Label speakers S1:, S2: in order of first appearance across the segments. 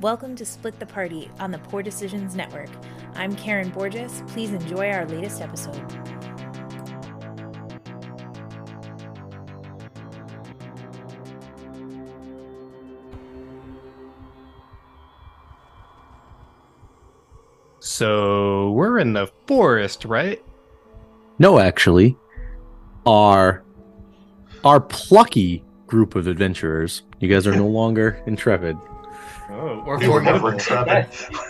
S1: Welcome to Split the Party on the Poor Decisions Network. I'm Karen Borges. Please enjoy our latest episode.
S2: So we're in the forest, right?
S3: No, actually, our our plucky group of adventurers. You guys are no longer intrepid.
S2: Oh,
S4: We're,
S2: they
S4: we're,
S2: were
S4: we're, yeah,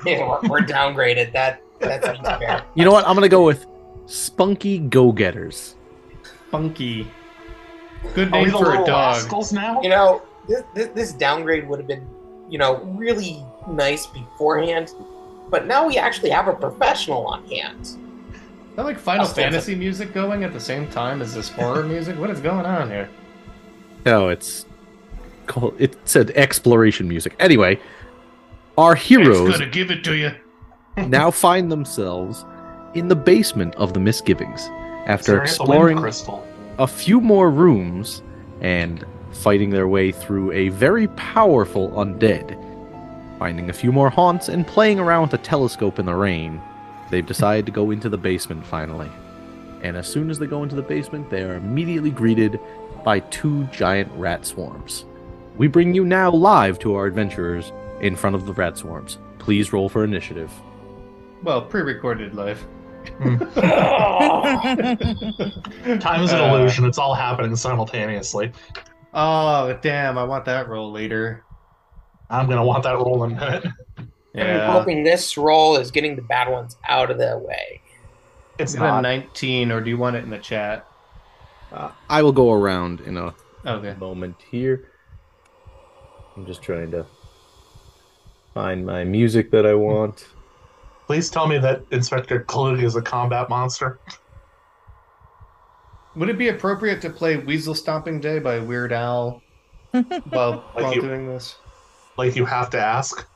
S4: we're, we're downgraded. That that seems fair.
S3: You know what? I'm gonna go with spunky go-getters.
S2: funky. Good
S5: Are we
S2: name
S5: the
S2: for a
S5: Oh, little
S2: dog.
S5: rascals now?
S4: You know, this, this, this downgrade would have been, you know, really nice beforehand, but now we actually have a professional on hand.
S2: Is that like Final
S4: I'll stand
S2: Fantasy music going at the same time as this horror music? What is going on here?
S3: No, it's called. It said exploration music. Anyway, our heroes
S2: give it to you.
S3: now find themselves in the basement of the misgivings after
S5: Sorry, it's the wind
S3: exploring
S5: crystal.
S3: a few more rooms and fighting their way through a very powerful undead. Finding a few more haunts and playing around with a telescope in the rain, they've decided to go into the basement finally. And as soon as they go into the basement, they are immediately greeted by two giant rat swarms. We bring you now live to our adventurers in front of the rat swarms. Please roll for initiative.
S2: Well, pre-recorded live.
S5: Time is an
S2: Uh,
S5: illusion. It's all happening simultaneously.
S2: Oh damn! I want that roll later.
S5: I'm gonna want that roll in a minute.
S4: I'm hoping this role is getting the bad ones out of the way.
S5: It's
S2: Is it a
S5: not.
S2: 19, or do you want it in the chat?
S3: Uh, I will go around in a
S2: Okay.
S3: moment here. I'm just trying to find my music that I want.
S5: Please tell me that Inspector Kaluga is a combat monster.
S2: Would it be appropriate to play "Weasel Stomping Day" by Weird Al while, while
S5: you.
S2: doing this?
S5: Like you have to ask.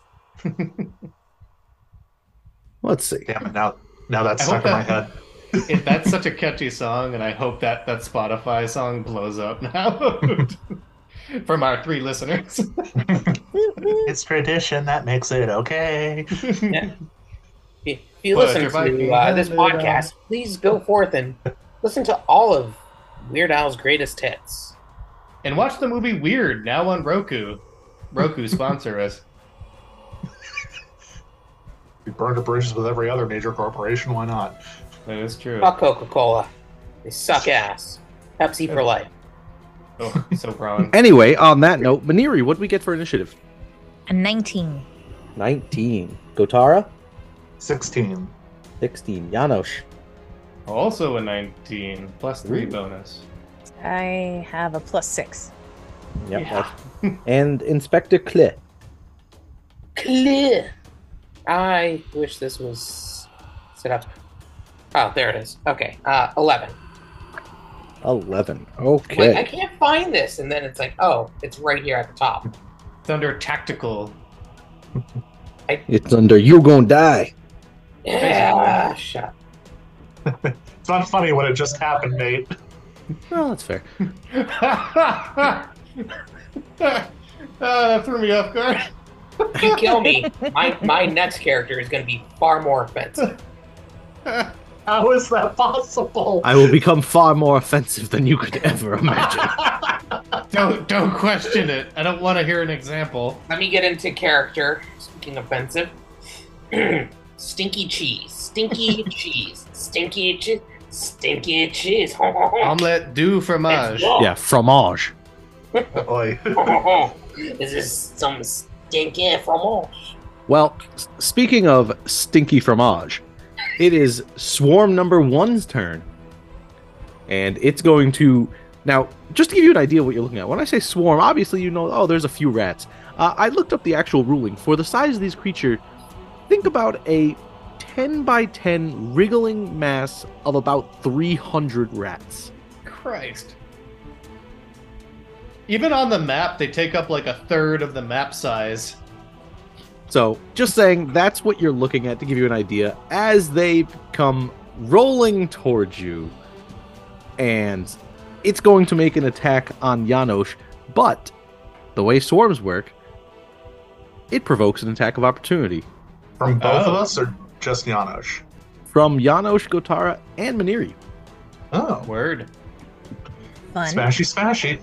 S3: Let's see.
S5: Damn it! Now, now that's
S2: I
S5: stuck
S2: hope
S5: in my
S2: that-
S5: head.
S2: It, that's such a catchy song, and I hope that that Spotify song blows up now from our three listeners.
S5: It's tradition that makes it okay.
S4: If you
S2: Well, if you're
S4: listen to
S2: Viking,
S4: uh, this
S2: hello,
S4: podcast, please go forth and listen to all of Weird Al's greatest hits.
S2: and watch the movie Weird now on Roku. Roku sponsor us.
S5: We burned our bridges with every other major corporation. Why not?
S2: That is true.
S4: Fuck Coca Cola. They suck ass. Pepsi for life.
S2: Oh, so wrong.
S3: Anyway, on that note, Maniri, what do we get for initiative?
S1: A 19.
S3: 19. Gotara?
S5: Sixteen.
S3: 16. Janosch?
S2: Also a 19 plus three
S3: Ooh.
S2: bonus.
S1: I have a plus 6.
S3: Yep. and Inspector Kle.
S4: Clear. I wish this was set up. Oh, there it is. Okay, uh, eleven.
S3: 11.
S4: Wait, I can't find this, and then it's like, oh, it's right here at the top.
S2: It's under tactical.
S3: It's under You Gonna Die.
S4: Yeah, shut.
S5: It's not funny what had just happened, Nate.
S3: Well, that's fair.
S2: Ah, that threw me off guard.
S4: You kill me. my my next character is going to be far more offensive.
S5: How is that possible?
S3: I will become far more offensive than you could ever imagine.
S2: Don't don't question it. I don't want to hear an example.
S4: Let me get into character. Speaking offensive, stinky cheese, stinky cheese, stinky cheese, stinky cheese.
S2: Omelette du fromage.
S3: yeah, fromage.
S5: Oy.
S4: this is some stinky fromage.
S3: Well, s- speaking of stinky fromage, it is swarm number one's turn. And it's going to. Now, just to give you an idea of what you're looking at, when I say swarm, obviously you know, oh, there's a few rats. Uh, I looked up the actual ruling. For the size of these creatures, think about a 10 by 10 wriggling mass of about 300 rats.
S2: Christ. Even on the map, they take up like a third of the map size.
S3: So, just saying, that's what you're looking at to give you an idea as they come rolling towards you. And it's going to make an attack on Janosch, but the way swarms work, It provokes an attack of opportunity
S5: From both of
S2: Oh.
S5: us or just Janosch?
S3: from Janosh, Gotara, and Maniri.
S5: Oh,
S2: Word.
S1: Fun.
S5: smashy, smashy.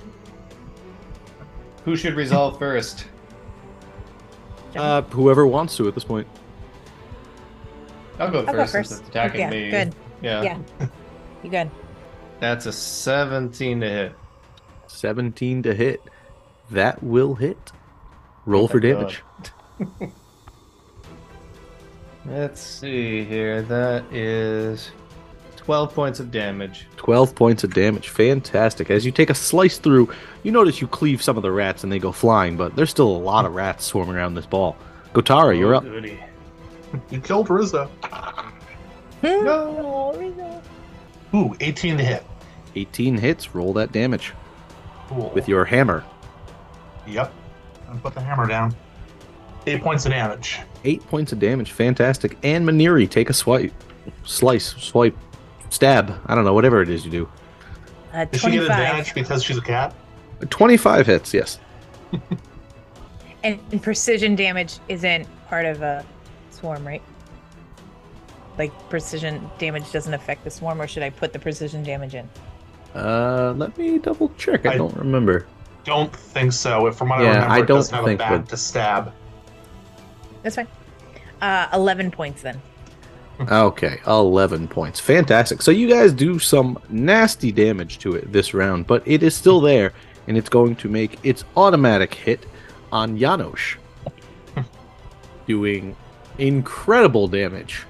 S2: Who should resolve first?
S3: Uh, whoever wants to at this point.
S2: I'll go
S1: I'll
S2: first,
S1: go first.
S2: since it's attacking
S1: yeah,
S2: me.
S1: good.
S2: Yeah.
S1: Yeah. You good?
S2: That's a 17 to hit.
S3: 17 to hit. That will hit. Roll for
S2: Thank
S3: damage.
S2: Let's see here. That is 12 points of damage.
S3: 12 points of damage. Fantastic. As you take a slice through, you notice you cleave some of the rats and they go flying, but there's still a lot of rats swarming around this ball. Gotara, you're up.
S2: Goody.
S5: You killed Rizzo.
S2: No!
S5: Ooh, 18 to hit.
S3: 18 hits. Roll that damage
S5: Cool.
S3: with your hammer.
S5: Yep. And put the hammer down. Eight points of damage.
S3: Eight points of damage. Fantastic. And Maniri, take a swipe. Slice, swipe, stab. I don't know, whatever it is you do.
S1: Uh,
S5: Does she get
S1: 25.
S5: advantage because she's a cat?
S3: 25 hits, yes.
S1: And precision damage isn't part of a swarm, right? Like precision damage doesn't affect the swarm, or should I put the precision damage in?
S3: Uh, let me double check. I
S5: I-
S3: don't remember.
S5: Don't think so. If from what I
S3: Yeah,
S5: remember,
S3: I
S5: it doesn't
S3: don't
S5: have
S3: think
S5: a back
S3: would-
S5: to stab.
S1: That's fine. Uh, 11 points then.
S3: Okay, 11 points. Fantastic. So you guys do some nasty damage to it this round, but it is still there, and it's going to make its automatic hit on Janosch, doing incredible damage.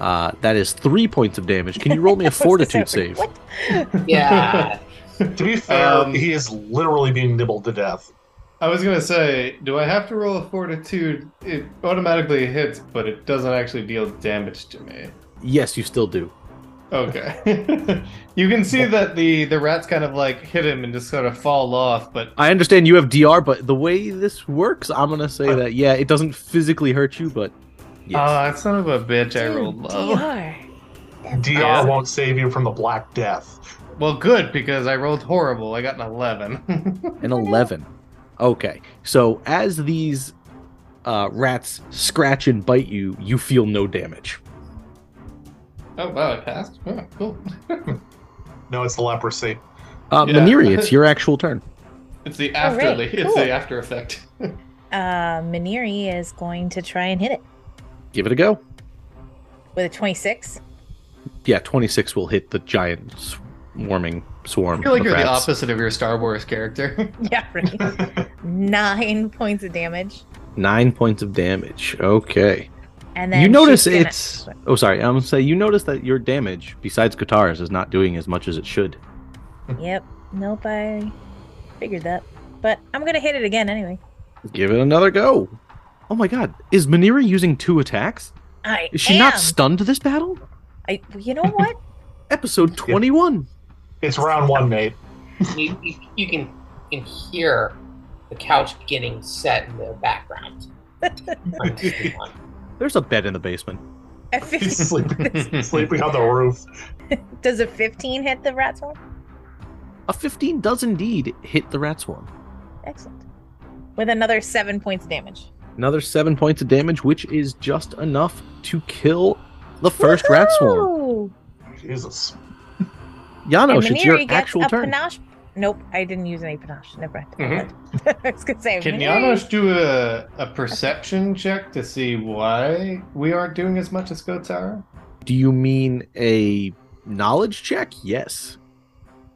S3: Uh, that is three points of damage. Can you roll me a
S1: What's the
S3: fortitude
S1: sound?
S3: save?
S1: What?
S4: Yeah.
S5: To be fair,
S2: Um,
S5: he is literally being nibbled to death.
S2: I was gonna say, do I have to roll a fortitude? It automatically hits, but it doesn't actually deal damage to me.
S3: Yes, you still do.
S2: Okay. you can see that the the rats kind of like hit him and just sort of fall off, but
S3: I understand you have DR, but the way this works, I'm going to say that, yeah, it doesn't physically hurt you, but yes.
S2: Ah, son of a bitch, I rolled low.
S1: DR.
S5: DR
S2: Yeah.
S5: won't save you from the Black Death.
S2: Well, good because I rolled horrible. I got an eleven.
S3: An 11. Okay. So as these uh, rats scratch and bite you, you feel no damage.
S2: oh wow, I passed. Oh, cool.
S5: No, it's the leprosy.
S3: Uh,
S2: Yeah.
S3: Maniri, it's your actual turn.
S2: It's the
S1: All
S2: after.
S1: right,
S2: the-
S1: cool.
S2: It's the after effect.
S1: Uh, Maniri is going to try and hit it
S3: Give it a go.
S1: with a 26.
S3: Yeah, 26 will hit the giant swarming swarm.
S2: I feel like
S3: of
S2: you're the
S3: rats.
S2: opposite of your Star Wars character.
S1: Yeah, right. Nine points of damage.
S3: Nine points of damage. Okay.
S1: And then
S3: you
S1: she's
S3: notice
S1: gonna-
S3: it's. Oh, sorry. I'm going to say you notice that your damage, besides Qatar's, is not doing as much as it should.
S1: Yep. Nope, I figured that. But I'm going to hit it again anyway.
S3: Give it another go. Oh my god. Is Maniri using two attacks?
S1: I
S3: Is she
S1: am.
S3: not stunned this battle?
S1: I, you know what?
S3: Episode 21.
S5: It's round one, mate.
S4: you, you, you can you can hear the couch getting set in the background.
S3: There's a bed in the basement.
S1: At 15,
S5: He's sleeping, sleeping on the roof.
S1: does a 15 hit the rat swarm?
S3: A 15 does indeed hit the rat swarm.
S1: Excellent. With another seven points of damage.
S3: Another seven points of damage, which is just enough to kill the 1st rat swarm.
S1: Woohoo!
S5: Jesus.
S1: And
S3: Janosch, it's your
S1: Maniri gets
S3: actual
S1: a
S3: turn.
S1: panache. Nope, I didn't use any panache. Never mind. I was gonna say.
S2: Can
S1: Maniri-
S2: Janosch do a, a perception check to see why we aren't doing as much as Gotara?
S3: Do you mean a knowledge check? Yes.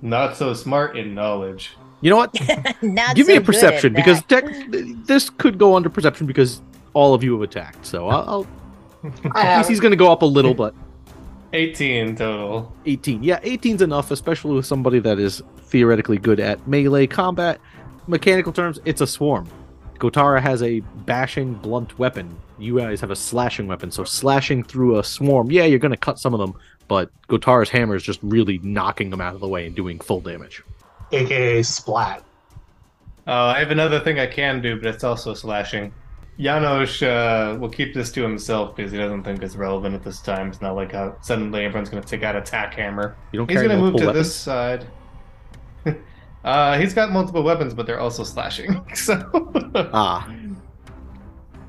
S2: Not so smart in knowledge.
S3: You know what?
S1: Not
S3: Give me
S1: so good
S3: a
S1: at
S3: perception
S1: that.
S3: because tech, this could go under perception because all of you have attacked. So I'll,
S4: I
S3: I'll at
S4: have
S3: least he's going to go up a little, but
S2: 18 total.
S3: 18. Yeah, 18's enough, especially with somebody that is theoretically good at melee combat. Mechanical terms, it's a swarm. Gotara has a bashing blunt weapon. You guys have a slashing weapon, so slashing through a swarm, yeah, you're going to cut some of them, but Gotara's hammer is just really knocking them out of the way and doing full damage.
S5: AKA Splat.
S2: Oh, I have another thing I can do, but it's also slashing. Janosch uh, will keep this to himself because he doesn't think it's relevant at this time. It's not like how suddenly everyone's going to take out attack hammer.
S3: You don't
S2: He's
S3: carry
S2: going to
S3: multiple
S2: move to
S3: weapons.
S2: this side. uh, he's got multiple weapons, but they're also slashing. So
S3: Ah,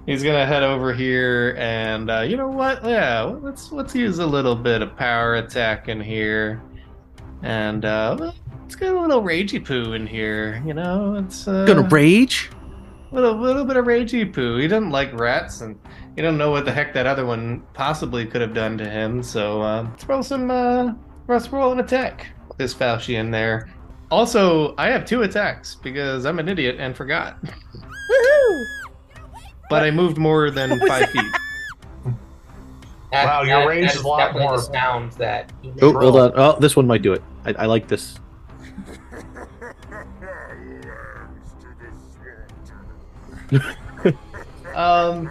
S2: He's gonna head over here, and uh, you know what? Yeah, let's let's use a little bit of power attack in here, and uh, let's get a little ragey poo in here. You know, it's uh,
S3: Gonna rage?
S2: little little bit of ragey poo. He didn't like rats, and he don't know what the heck that other one possibly could have done to him. So uh, let's roll some uh, let's roll an attack. with This Fauci in there. Also, I have two attacks because I'm an idiot and forgot.
S1: Woohoo!
S2: But I moved more than
S1: What was
S2: five feet.
S4: That,
S5: Wow, your
S4: that-
S5: range
S4: that
S5: is a lot
S4: definitely
S5: more-
S4: the sound that. you make.
S3: Oh, hold on. Oh, this one might do it. I, I like this.
S2: Um,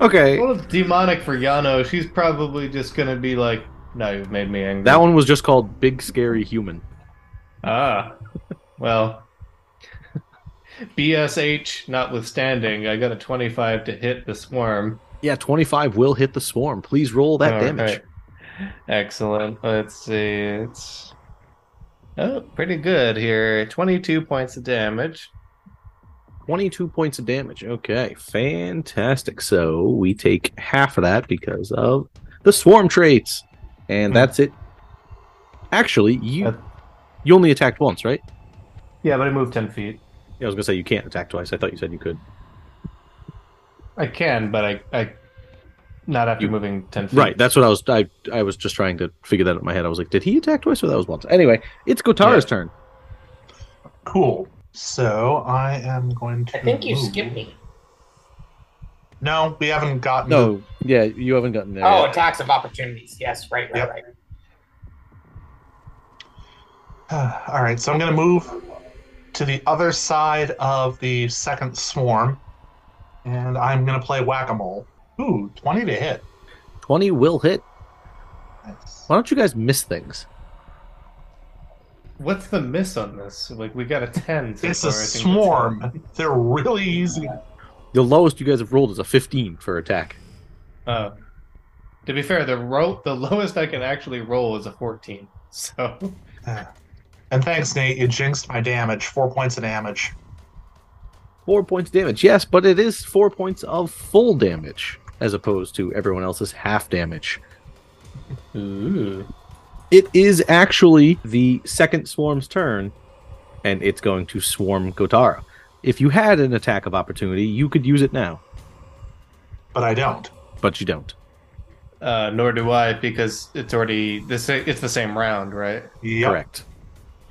S3: Okay.
S2: well, it's demonic for Yano. She's probably just gonna be like, "No, you've made me angry."
S3: That one was just called Big Scary Human.
S2: Ah, well. BSH notwithstanding, I got a 25 to hit the swarm.
S3: Yeah, 25 will hit the swarm. Please roll that
S2: All
S3: damage.
S2: right. Excellent. Let's see. It's oh, pretty good here. 22 points of damage.
S3: 22 points of damage. Okay, fantastic. So we take half of that because of the swarm traits. And that's it. Actually, you
S2: Uh,
S3: you only attacked once, right?
S2: Yeah, but I moved 10 feet.
S3: Yeah, I was going to say you can't attack twice. I thought you said you could.
S2: I can, but I, I not after moving 10 feet.
S3: Right, that's what I was I, I was just trying to figure that out in my head. I was like, did he attack twice or that was once? Anyway, it's Gotara's
S2: Yeah.
S3: turn.
S5: Cool. So I am going to.
S4: I think you
S5: move.
S4: skipped me.
S5: No, we haven't gotten.
S3: No, yeah, you haven't gotten there.
S4: Oh,
S3: yet.
S4: attacks of opportunities. Yes, right, right,
S5: Yep.
S4: right.
S5: All right, so I'm going to move to the other side of the second swarm, and I'm going to play whack a mole. Ooh, 20 to hit.
S3: 20 will hit.
S5: Nice.
S3: Why don't you guys miss things?
S2: What's the miss on this? Like, we got a 10. So
S5: It's
S2: far.
S5: a
S2: I think that's-
S5: swarm. They're really easy.
S3: The lowest you guys have rolled is a 15 for attack.
S2: Uh, to be fair, the ro- the lowest I can actually roll is a 14. So
S5: And thanks, Nate. You jinxed my damage. Four points of damage.
S3: Four points damage, yes, but it is four points of full damage as opposed to everyone else's half damage.
S2: Ooh.
S3: It is actually the second swarm's turn, and it's going to swarm Gotara. If you had an attack of opportunity, you could use it now,
S5: But I don't.
S3: but you don't.
S2: Uh, nor do I because it's already this. It's the same round, right?
S5: Yep.
S3: Correct.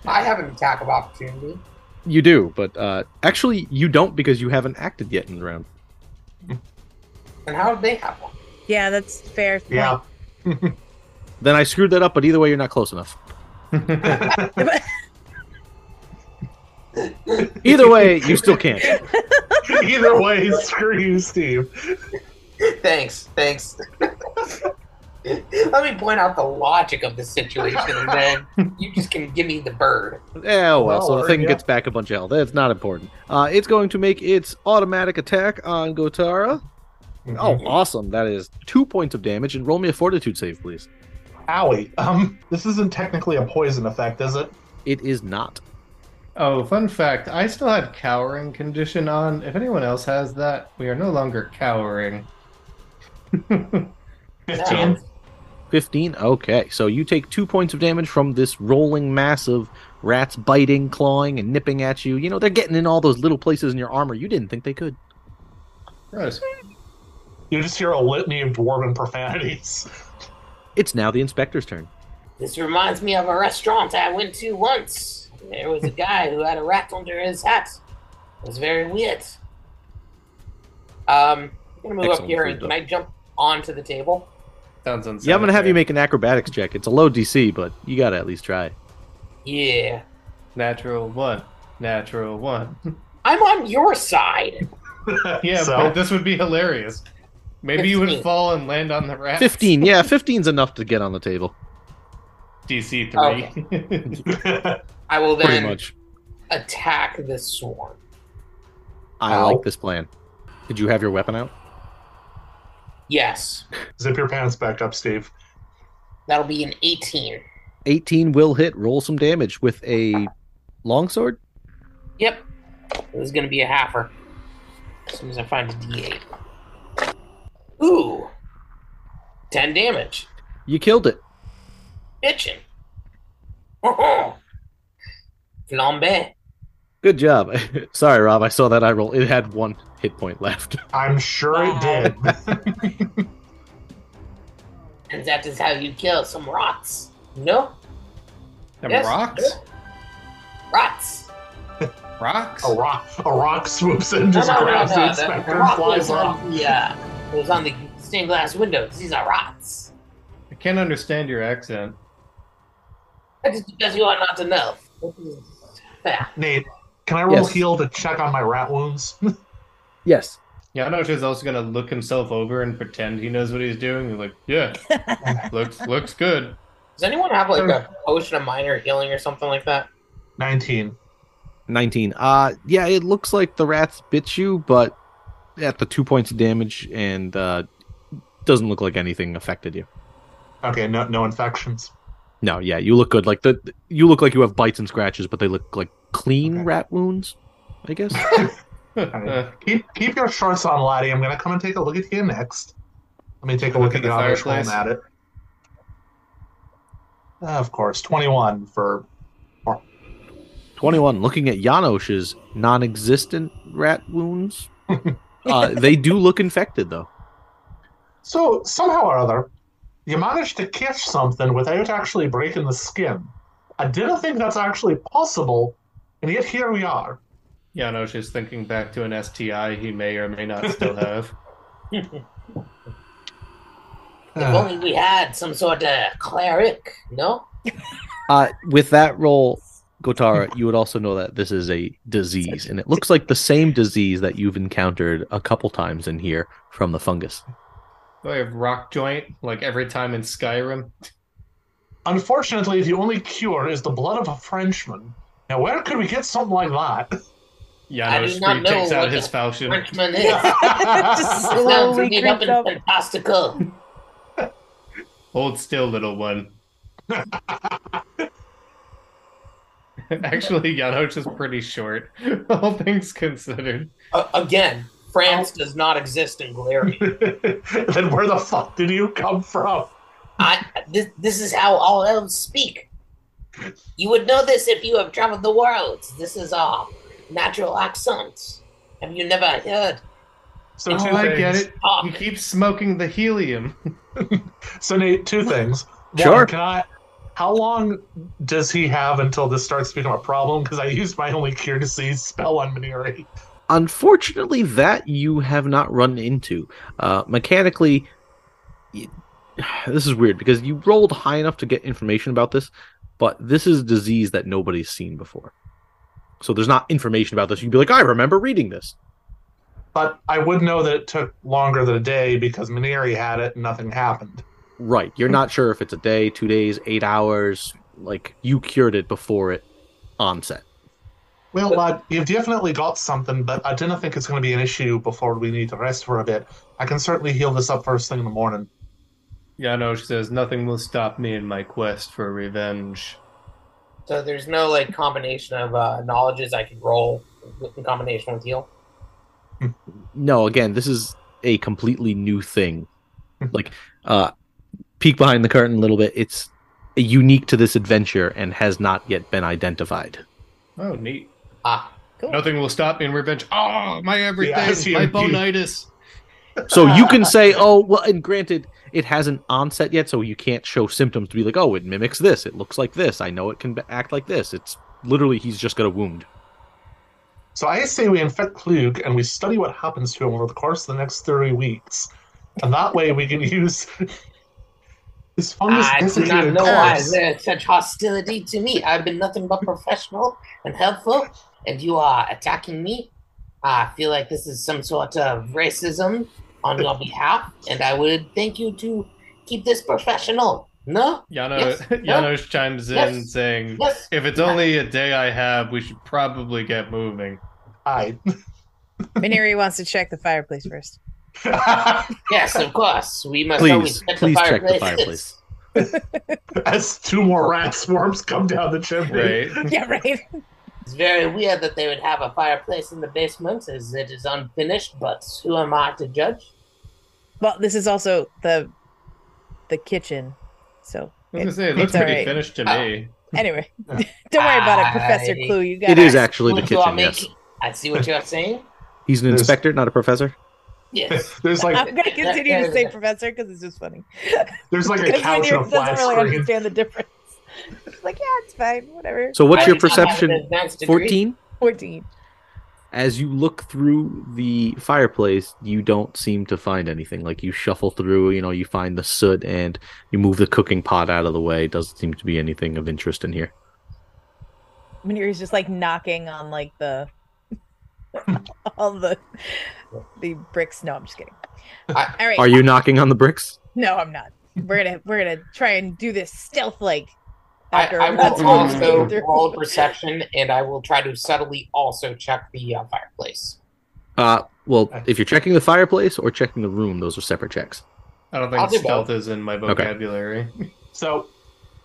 S4: I have an attack of opportunity.
S3: You do, but uh, actually, you don't because you haven't acted yet in the round.
S4: And how did they have one?
S1: Yeah, that's fair. point.
S5: Yeah.
S3: Then I screwed that up, but either way, you're not close enough. Either way, you still can't.
S5: Either way, screw you, Steve.
S4: Thanks, thanks. Let me point out the logic of the situation, and then you just can give me the bird.
S3: Yeah, well, so the
S5: Well,
S3: thing
S5: yeah.
S3: gets back a bunch of health. That's not important. Uh, it's going to make its automatic attack on Gotara. Oh, awesome. That is two points of damage, and roll me a fortitude save, please.
S5: Owie. Um, this isn't technically a poison effect, is it?
S3: It is not.
S2: oh, fun fact: I still have cowering condition on. If anyone else has that, we are no longer cowering.
S5: 15.
S3: 15? Okay, so you take two points of damage from this rolling mass of rats biting, clawing, and nipping at you. You know, they're getting in all those little places in your armor you didn't think they could.
S2: Gross.
S5: You just hear a litany of dwarven profanities.
S3: It's now the inspector's turn.
S4: This reminds me of a restaurant I went to once. There was a guy who had a rat under his hat. It was very weird. Um, I'm gonna move up
S3: Excellent
S4: here.
S3: food,
S4: and
S3: though.
S4: Can I jump onto the table?
S2: Sounds unsafe.
S3: Yeah, I'm going to have you make an acrobatics check. It's a low DC, but you got to at least try.
S4: Yeah,
S2: natural one. Natural one.
S4: I'm on your side.
S2: Yeah,
S5: So?
S2: but this would be hilarious. Maybe you would
S4: 15.
S2: fall and land on the rat.
S3: 15, yeah, 15's enough to get on the table.
S2: DC three.
S4: I will
S3: Pretty
S4: then
S3: much.
S4: attack this swarm.
S3: I
S4: Ow.
S3: like this plan. Did you have your weapon out?
S4: Yes,
S5: Zip your pants back up, Steve.
S4: that'll be an 18.
S3: 18 will hit. Roll some damage with a longsword.
S4: Yep, this is gonna be a halfer. As soon as I find a D8. Ooh. 10 damage.
S3: You killed it.
S4: Bitchin'. Oh, Flambe.
S3: Good job. Sorry, Rob. I saw that I roll. It had one hit point left.
S5: I'm sure
S1: Wow.
S5: it did.
S4: And that is how you kill some rots. No?
S2: Them
S4: Yes.
S2: rocks?
S4: Rots.
S2: Rocks?
S5: a rock, a rock swoops in,
S4: No,
S5: just
S4: no, no,
S5: grabs
S4: no,
S5: the
S4: the
S5: inspector and
S4: rot
S5: flies
S4: was
S5: off.
S4: on the, uh, was on the stained glass windows. These are rots.
S2: I can't understand your accent.
S4: That is because you are not an elf. Yeah.
S5: Nate, can I roll
S3: Yes.
S5: heal to check on my rat wounds?
S3: Yes.
S2: Yanosh is also gonna look himself over and pretend he knows what he's doing. He's like, yeah, looks looks good.
S4: Does anyone have like a potion of minor healing or something like that?
S5: Nineteen.
S3: 19. Uh yeah, it looks like the rats bit you, but at the 2 points of damage and uh doesn't look like anything affected you.
S5: Okay, no, no infections.
S3: No, yeah, you look good. Like the you look like you have bites and scratches, but they look like clean
S5: Okay.
S3: rat wounds, I guess.
S2: Uh,
S5: Keep keep your shorts on, Laddie. I'm gonna come and take a look at you next. Let me take a
S2: Look
S5: look
S2: at
S5: at
S2: the
S5: you other one
S2: fireplace.
S5: at it. of course, twenty-one for
S3: 21. Looking at Yanosh's non-existent rat wounds, uh they do look infected though.
S5: So somehow or other, you managed to catch something without actually breaking the skin. I didn't think that's actually possible, and yet here we are.
S2: Yanosh is thinking back to an STI he may or may not still have.
S4: If only we had some sort of cleric, no?
S3: Uh, with that roll, Gotara, you would also know that this is a disease, and it looks like the same disease that you've encountered a couple times in here from the fungus.
S2: Do I have Oh, rock joint like every time in Skyrim?
S5: Unfortunately, the only cure is the blood of a Frenchman. Now, where could we get something like that?
S2: Yanosh
S4: do not
S2: he
S4: know
S2: takes out
S4: what
S2: his
S4: a
S2: falchion.
S4: Frenchman is.
S1: Just
S4: It Sounds
S1: slowly
S4: like it up
S1: creeps
S4: in
S1: up.
S4: fantastical.
S2: Hold still, little one. Actually, Yanosh is pretty short, all things considered.
S4: Uh, again, France does not exist in Galarian.
S5: then where the fuck did you come from?
S4: I this this is how all elves speak. You would know this if you have traveled the world. This is our natural accent. Have you never heard?
S5: So
S2: oh,
S5: two
S2: I get
S5: things.
S2: it.
S4: Talk?
S2: He keeps smoking the helium.
S5: So Nate, two things. One,
S3: Sure.
S5: Can I? How long does he have until this starts to become a problem? Because I used my only cure disease spell on Maniri.
S3: Unfortunately, that you have not run into. Uh, mechanically, y- this is weird because you rolled high enough to get information about this, but this is a disease that nobody's seen before. So there's not information about this. You'd be like, I remember reading this.
S5: But I would know that it took longer than a day because Maneri had it and nothing happened.
S3: Right. You're not sure if it's a day, two days, eight hours. Like you cured it before it onset.
S5: Well, lad, you've definitely got something, but I didn't think it's going to be an issue before we need to rest for a bit. I can certainly heal this up first thing in the morning.
S2: Yanosh says, Nothing will stop me in my quest for revenge.
S4: So there's no like combination of uh, knowledges I could roll in combination with heal.
S3: No, again, this is a completely new thing. like, uh, peek behind the curtain a little bit. It's unique to this adventure and has not yet been identified.
S2: Oh, neat.
S4: Ah,
S2: Nothing will stop me in revenge. Oh, my everything.
S5: Yeah, I see
S2: my
S5: him.
S2: bonitis.
S3: So you can say, oh, well, and granted, it hasn't onset yet, so you can't show symptoms to be like, oh, it mimics this. It looks like this. I know it can be- act like this. It's literally, he's just got a wound.
S5: So I say we infect Klug and we study what happens to him over the course of the next 30 weeks. And that way we can use his fungus
S4: I do not
S5: desiccated
S4: know why
S5: corpse.
S4: there's such hostility to me. I've been nothing but professional and helpful, and you are attacking me. I feel like this is some sort of racism on your behalf, and I would thank you to keep this professional. No?
S2: Yano-
S4: Yes.
S2: Yanosh chimes in
S4: Yes.
S2: saying,
S4: Yes.
S2: If it's only a day I have, we should probably get moving.
S5: Aye.
S1: Maneri wants to check the fireplace first.
S4: Yes, of course. We must
S3: Please,
S4: always check
S3: please
S4: the
S3: check the
S4: fireplaces.
S3: fireplace.
S5: As two more rat swarms come down the chimney.
S2: Right?
S1: Yeah, right.
S4: It's very weird that they would have a fireplace in the basement, as it is unfinished. But who am I to judge?
S1: Well, this is also the the kitchen. So
S2: I was gonna say it
S1: It's
S2: looks pretty
S1: alright.
S2: finished to
S4: Oh.
S2: me.
S1: anyway, don't worry about it, Professor
S4: I-
S1: Clue. You got
S3: It is actually the
S4: Who do I
S3: kitchen.
S4: make-
S3: Yes,
S4: I see what you're saying.
S3: he's an
S5: There's-
S3: inspector, not a professor.
S4: Yes.
S5: there's like
S1: I'm gonna continue to say
S4: Yeah.
S1: professor because it's just funny.
S5: there's like a
S1: Because
S5: couch
S1: Rainier
S5: and a flat
S1: doesn't really
S5: screen.
S1: understand the difference. It's like, yeah, it's fine, whatever.
S3: So what's
S4: I
S3: your
S4: do not have an
S3: perception?
S4: advanced degree.
S3: Fourteen.
S1: Fourteen.
S3: As you look through the fireplace, you don't seem to find anything. Like you shuffle through, you know, you find the soot and you move the cooking pot out of the way. Doesn't seem to be anything of interest in here.
S1: Munir's just like knocking on like the all the the bricks. No, I'm just kidding.
S4: I-
S1: all right.
S3: Are you knocking on the bricks?
S1: No, I'm not. We're gonna we're gonna try and do this stealth like.
S4: I,
S1: after
S4: I
S1: Rat's
S4: will
S2: roll
S1: walking
S4: also
S1: through.
S4: roll perception, and I will try to subtly also check the uh, fireplace.
S3: Uh, well, if you're checking the fireplace or checking the room, those are separate checks.
S2: I don't
S4: I'll
S2: think
S4: do
S2: stealth
S4: both.
S2: is in my vocabulary.
S5: So,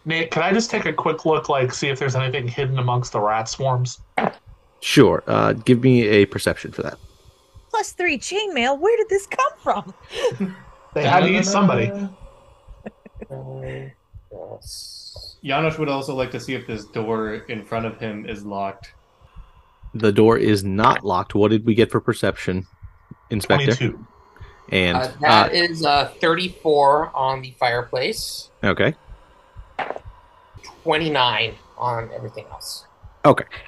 S5: Nate, can I just take a quick look, like see if there's anything hidden amongst the rat swarms?
S3: Sure. Uh, give me a perception for that.
S1: Plus three chainmail. Where did this come from?
S5: They had to eat somebody.
S4: Um, yes.
S2: Janusz would also like to see if this door in front of him is locked.
S3: The door is not locked. What did we get for perception, Inspector?
S5: Twenty-two.
S3: And
S4: Uh,
S3: uh,
S4: that is uh, 34 on the fireplace,
S3: uh, okay,
S4: 29 on everything else.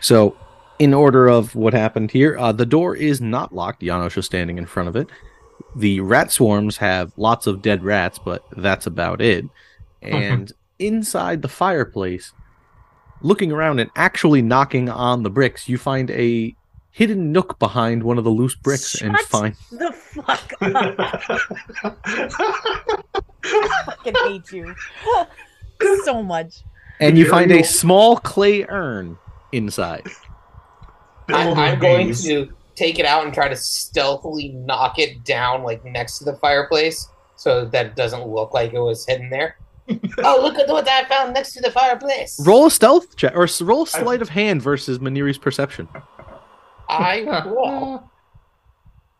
S3: so in order of what happened here, uh, the door is not locked. Janos is standing in front of it. The rat swarms have lots of dead rats, but that's about it. And inside the fireplace, looking around and actually knocking on the bricks, you find a hidden nook behind one of the loose bricks and
S1: Shut
S3: find
S1: The fuck! up. I fucking hate you so much.
S3: and you
S5: Very
S3: find a
S5: well.
S3: small clay urn inside.
S4: I,
S5: Build
S4: I'm
S5: of
S4: going
S5: these.
S4: to take it out and try to stealthily knock it down, like next to the fireplace, so that it doesn't look like it was hidden there. oh, look at what I found next to the fireplace.
S3: Roll a stealth check or s- roll a sleight of hand versus Maniri's perception.
S4: I will.
S5: Oh,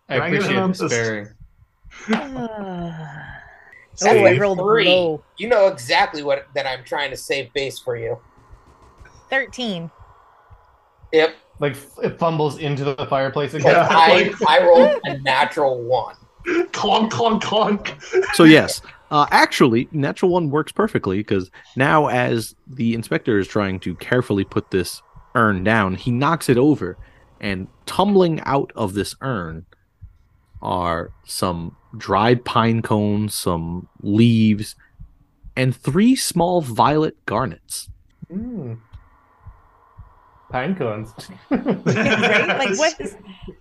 S2: I
S5: Can I get
S2: appreciate
S5: an
S2: the
S5: assist?
S2: sparing.
S1: Ah.
S5: See,
S1: oh, I Oh, rolled
S4: Three.
S1: low.
S4: You know exactly what that I'm trying to save face for you.
S1: Thirteen.
S4: Yep.
S2: Like f- it fumbles into the fireplace again.
S5: Yeah.
S4: I, I rolled a natural one.
S5: clunk, clunk, clunk.
S3: So yes, uh, actually, natural one works perfectly because now as the inspector is trying to carefully put this urn down, he knocks it over, and tumbling out of this urn are some dried pine cones, some leaves, and three small violet garnets.
S2: Mm. Pine cones.
S1: Right? Like what is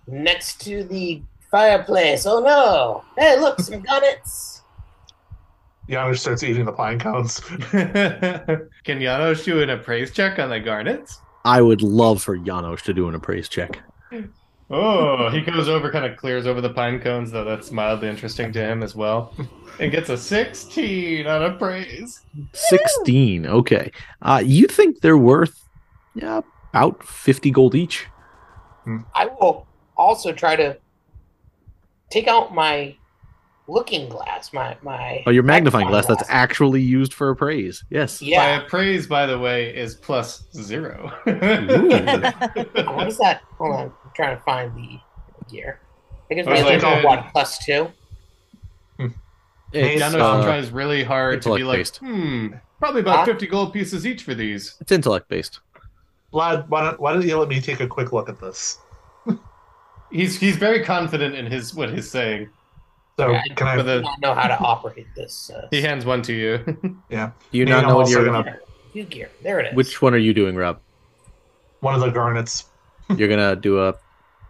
S4: Next to the fireplace. Oh no! Hey, look, some gunnets.
S5: Yonder starts eating the pine cones.
S2: Can Janos do an appraise check on the garnets?
S3: I would love for Janos to do an appraise check.
S2: Oh, he goes over, kind of clears over the pine cones, though that's mildly interesting to him as well, and gets a 16 on appraise.
S3: 16 okay uh you think they're worth yeah about 50 gold each
S4: I will also try to take out my looking glass. My my.
S3: oh your magnifying glass that's actually used for appraise yes
S4: yeah.
S2: My appraise, by the way, is plus zero.
S4: What is that? Hold on, I'm trying to find the gear. I guess
S2: I was
S4: my
S2: like,
S4: looking
S2: uh,
S4: one plus two.
S3: it's,
S5: Janos
S2: Janos
S3: uh,
S2: tries really hard to be like,
S3: intellect-based.
S2: hmm, probably about
S4: Huh?
S2: 50 gold pieces each for these.
S3: it's intellect based
S5: Vlad, why don't, why don't you let me take a quick look at this?
S2: He's he's very confident in his what he's saying.
S5: So
S4: Yeah,
S5: can I?
S2: For
S4: I
S2: the,
S4: don't know how to operate this. Uh,
S2: he hands one to you.
S3: do you
S5: Nate,
S3: not
S5: I'm
S3: know what
S5: also
S3: you're
S5: gonna-
S4: new gear. There it is.
S3: which one are you doing rob
S5: one of the garnets.
S3: you're gonna do a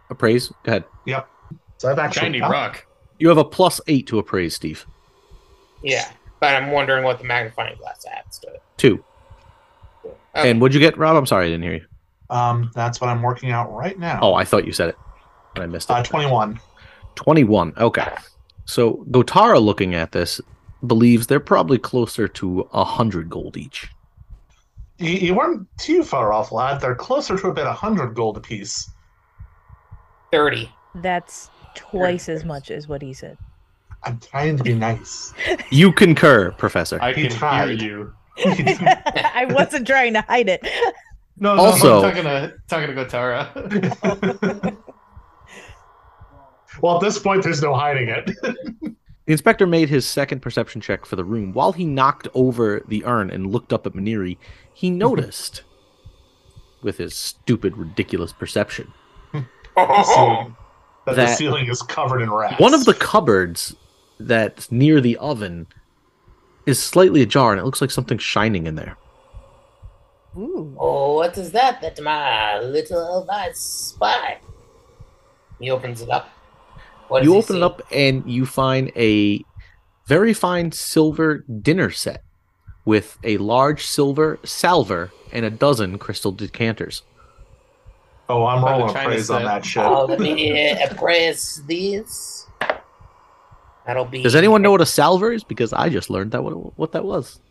S3: appraise go ahead
S5: So I've actually uh,
S2: Shiny
S5: got-
S2: rock.
S3: you have a plus eight to appraise steve
S4: Yeah, but I'm wondering what the magnifying glass adds to it. Oh,
S3: two
S4: Okay.
S3: and what'd you get rob i'm sorry i didn't hear you
S5: Um, that's what I'm working out right now.
S3: oh i thought you said it but i missed it
S5: uh, 21.
S3: 21. Okay. So Gotara looking at this believes they're probably closer to 100 gold each.
S5: You, you weren't too far off, lad. They're closer to about a hundred gold apiece.
S4: 30.
S1: That's twice as much as what he said.
S5: I'm trying to be nice.
S3: You concur, Professor.
S2: I
S5: He
S2: can
S5: tried.
S2: hear you.
S1: I wasn't trying to hide it.
S2: No,
S3: no, Also-
S2: I'm talking to talking to Gotara.
S5: well, at this point, there's no hiding it.
S3: The inspector made his second perception check for the room. While he knocked over the urn and looked up at Maniri, he
S4: Mm-hmm.
S3: noticed with his stupid, ridiculous perception.
S5: Ceiling. that, the
S3: That-
S5: ceiling is covered in rats.
S3: One of the cupboards that's near the oven is slightly ajar and it looks like something's shining in there.
S1: Ooh.
S4: Oh, what is that? That my little elf eyed spy. He opens it up. What does
S3: you
S4: he
S3: open it
S4: see?
S3: up and you find a very fine silver dinner set with a large silver salver and a dozen crystal decanters.
S5: Oh, I'm
S2: By the
S5: rolling a
S2: China
S5: praise on
S2: set.
S5: that shit.
S4: Oh, let me appraise these. That'll be.
S3: Does anyone know what a salver is? Because I just learned that what, what that was.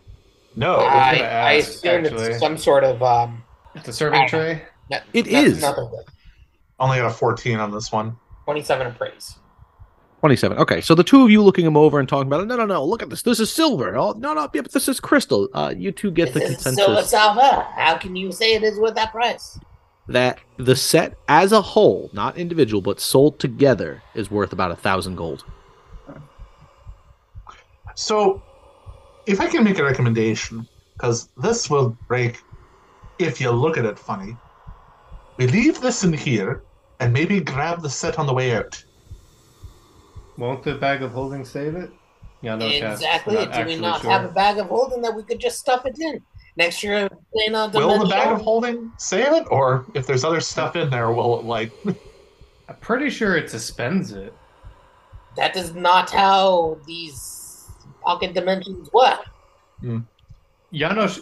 S5: no,
S4: Oh, I,
S2: gonna
S4: I
S2: ask,
S4: assume
S2: actually.
S4: it's some sort of. um.
S2: the serving tray.
S3: It
S4: not-
S3: is.
S4: nothing good.
S5: only got a 14 on this one.
S4: 27 appraise.
S3: 27. Okay, so the two of you looking him over and talking about it. No, no, no. Look at this. This is silver. Oh, no, no. Yeah, but this is crystal. Uh, you two get the
S4: This is Silver
S3: consensus
S4: Salva. How can you say it is worth that price?
S3: that the set as a whole, not individual, but sold together, is worth about a thousand gold.
S5: So, if I can make a recommendation, because this will break if you look at it funny, we leave this in here and maybe grab the set on the way out.
S2: Won't the bag of holding save it? Yeah, no chance.
S4: exactly.
S2: We're not
S4: Do we
S2: actually
S4: not
S2: sure.
S4: have a bag of holding that we could just stuff it in? Next year, plan on
S5: will the
S4: dimension-
S5: bag of holding save it, or if there's other stuff in there, will it like?
S2: I'm pretty sure it suspends it.
S4: That is not how these pocket dimensions work.
S2: Janos,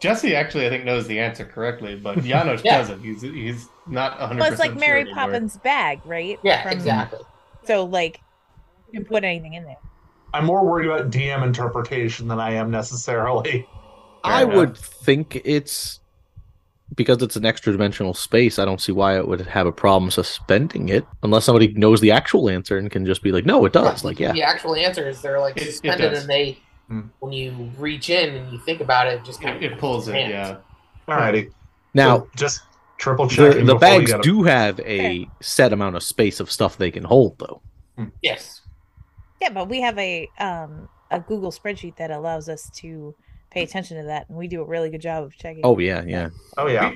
S2: Jesse actually, I think, knows the answer correctly, but Janos
S4: Yeah.
S2: doesn't. He's he's not 100.
S1: Well, it's like
S2: sure
S1: Mary
S2: anymore.
S1: Poppins' bag, right?
S4: Yeah,
S1: From-
S4: exactly.
S1: So, like, you can put anything in there.
S5: I'm more worried about DM interpretation than I am necessarily.
S2: Fair
S3: I
S2: enough.
S3: would think it's because it's an extra dimensional space. I don't see why it would have a problem suspending it unless somebody knows the actual answer and can just be like, no, it does. Like, yeah.
S4: The actual answer is they're like
S2: It- it
S4: suspended,
S2: does.
S4: and they,
S5: Hmm.
S4: when you reach in and you think about it, just kind
S2: It,
S4: of
S2: it pulls it.
S4: Hands.
S2: Yeah.
S5: Alrighty.
S3: Now,
S5: So just triple check.
S3: the, the bags do have a set amount of space of stuff they can hold, though.
S4: yes.
S1: Yeah, but we have a um a Google spreadsheet that allows us to pay attention to that, and we do a really good job of checking.
S3: Oh, yeah, yeah.
S5: Oh yeah.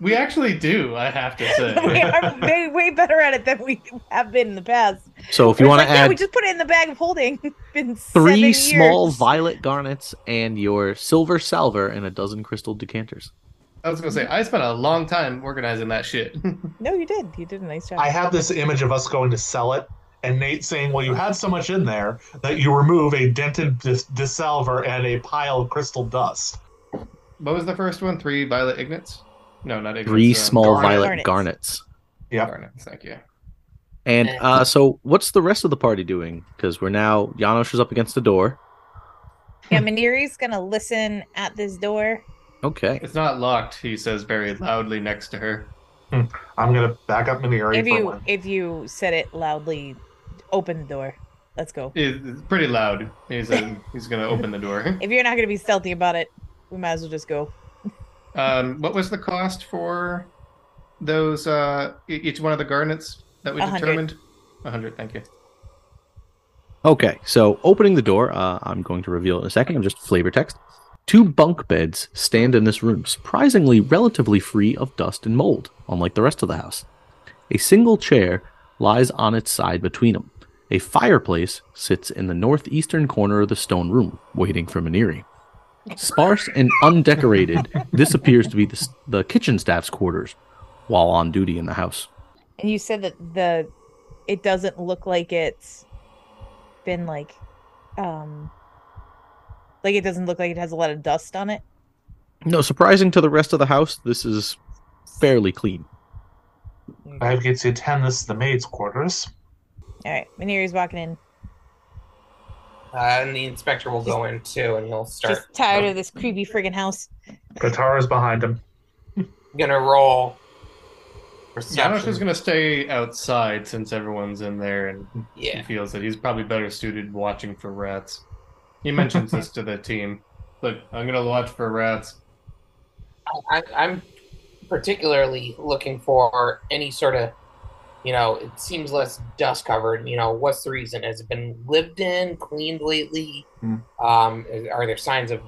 S2: We actually do. I have to say.
S1: we are way, way better at it than we have been in the past.
S3: So if you
S1: It's
S3: want
S1: like,
S3: to
S1: yeah, we
S3: add
S1: just put it in the bag of holding. It's been
S3: three
S1: seven
S3: small
S1: years.
S3: violet garnets and your silver salver and a dozen crystal decanters.
S2: I was gonna say I spent a long time organizing that shit.
S1: No, you did. You did a nice job.
S5: I have this image of us going to sell it, and Nate saying, "Well, you had so much in there that you remove a dented dis- dissolver and a pile of crystal dust."
S2: what was the first one? Three violet ignits? No, not ignits.
S3: Three
S2: um,
S3: small
S5: garnet-
S3: violet
S1: Garnets.
S3: garnets.
S2: garnets. Thank you.
S3: And
S4: Yeah.
S3: uh, so what's the rest of the party doing? Because we're now, Janos is up against the door.
S1: yeah, Maniri's gonna listen at this door.
S3: Okay.
S2: It's not locked. He says very loudly next to her.
S5: I'm gonna back up Maniri
S1: If
S5: for
S1: you
S5: one.
S1: if you said it loudly, open the door. Let's go.
S2: It- It's pretty loud. He's uh, he's gonna open the door.
S1: If you're not gonna be stealthy about it, we might as well just go.
S2: Um, what was the cost for those uh, e- each one of the garnets that we
S1: A hundred.
S2: determined? A hundred. Thank you.
S3: Okay, so opening the door, uh, I'm going to reveal in a second. I'm just flavor text. Two bunk beds stand in this room, surprisingly relatively free of dust and mold, unlike the rest of the house. A single chair lies on its side between them. A fireplace sits in the northeastern corner of the stone room, waiting for Maniri. Sparse and undecorated, this appears to be the, s- the kitchen staff's quarters while on duty in the house.
S1: And you said that the it doesn't look like it's been like um like it doesn't look like it has a lot of dust on it.
S3: No, surprising to the rest of the house, this is fairly clean.
S5: I get you ten. This is the maid's quarters.
S1: All right, Maniri's walking in.
S4: Uh, and the inspector will go in too, and he'll start.
S1: Just tired of this creepy friggin' house.
S5: Katara's behind him.
S4: gonna roll.
S2: Janosh
S4: Perception.
S2: is gonna stay outside since everyone's in there, and he
S4: Yeah.
S2: feels that he's probably better suited watching for rats. He mentions this to the team. Look, I'm gonna watch for rats.
S4: I, I'm particularly looking for any sort of, you know, it seems less dust covered. You know, what's the reason? Has it been lived in, cleaned lately?
S5: Hmm.
S4: Um, is- are there signs of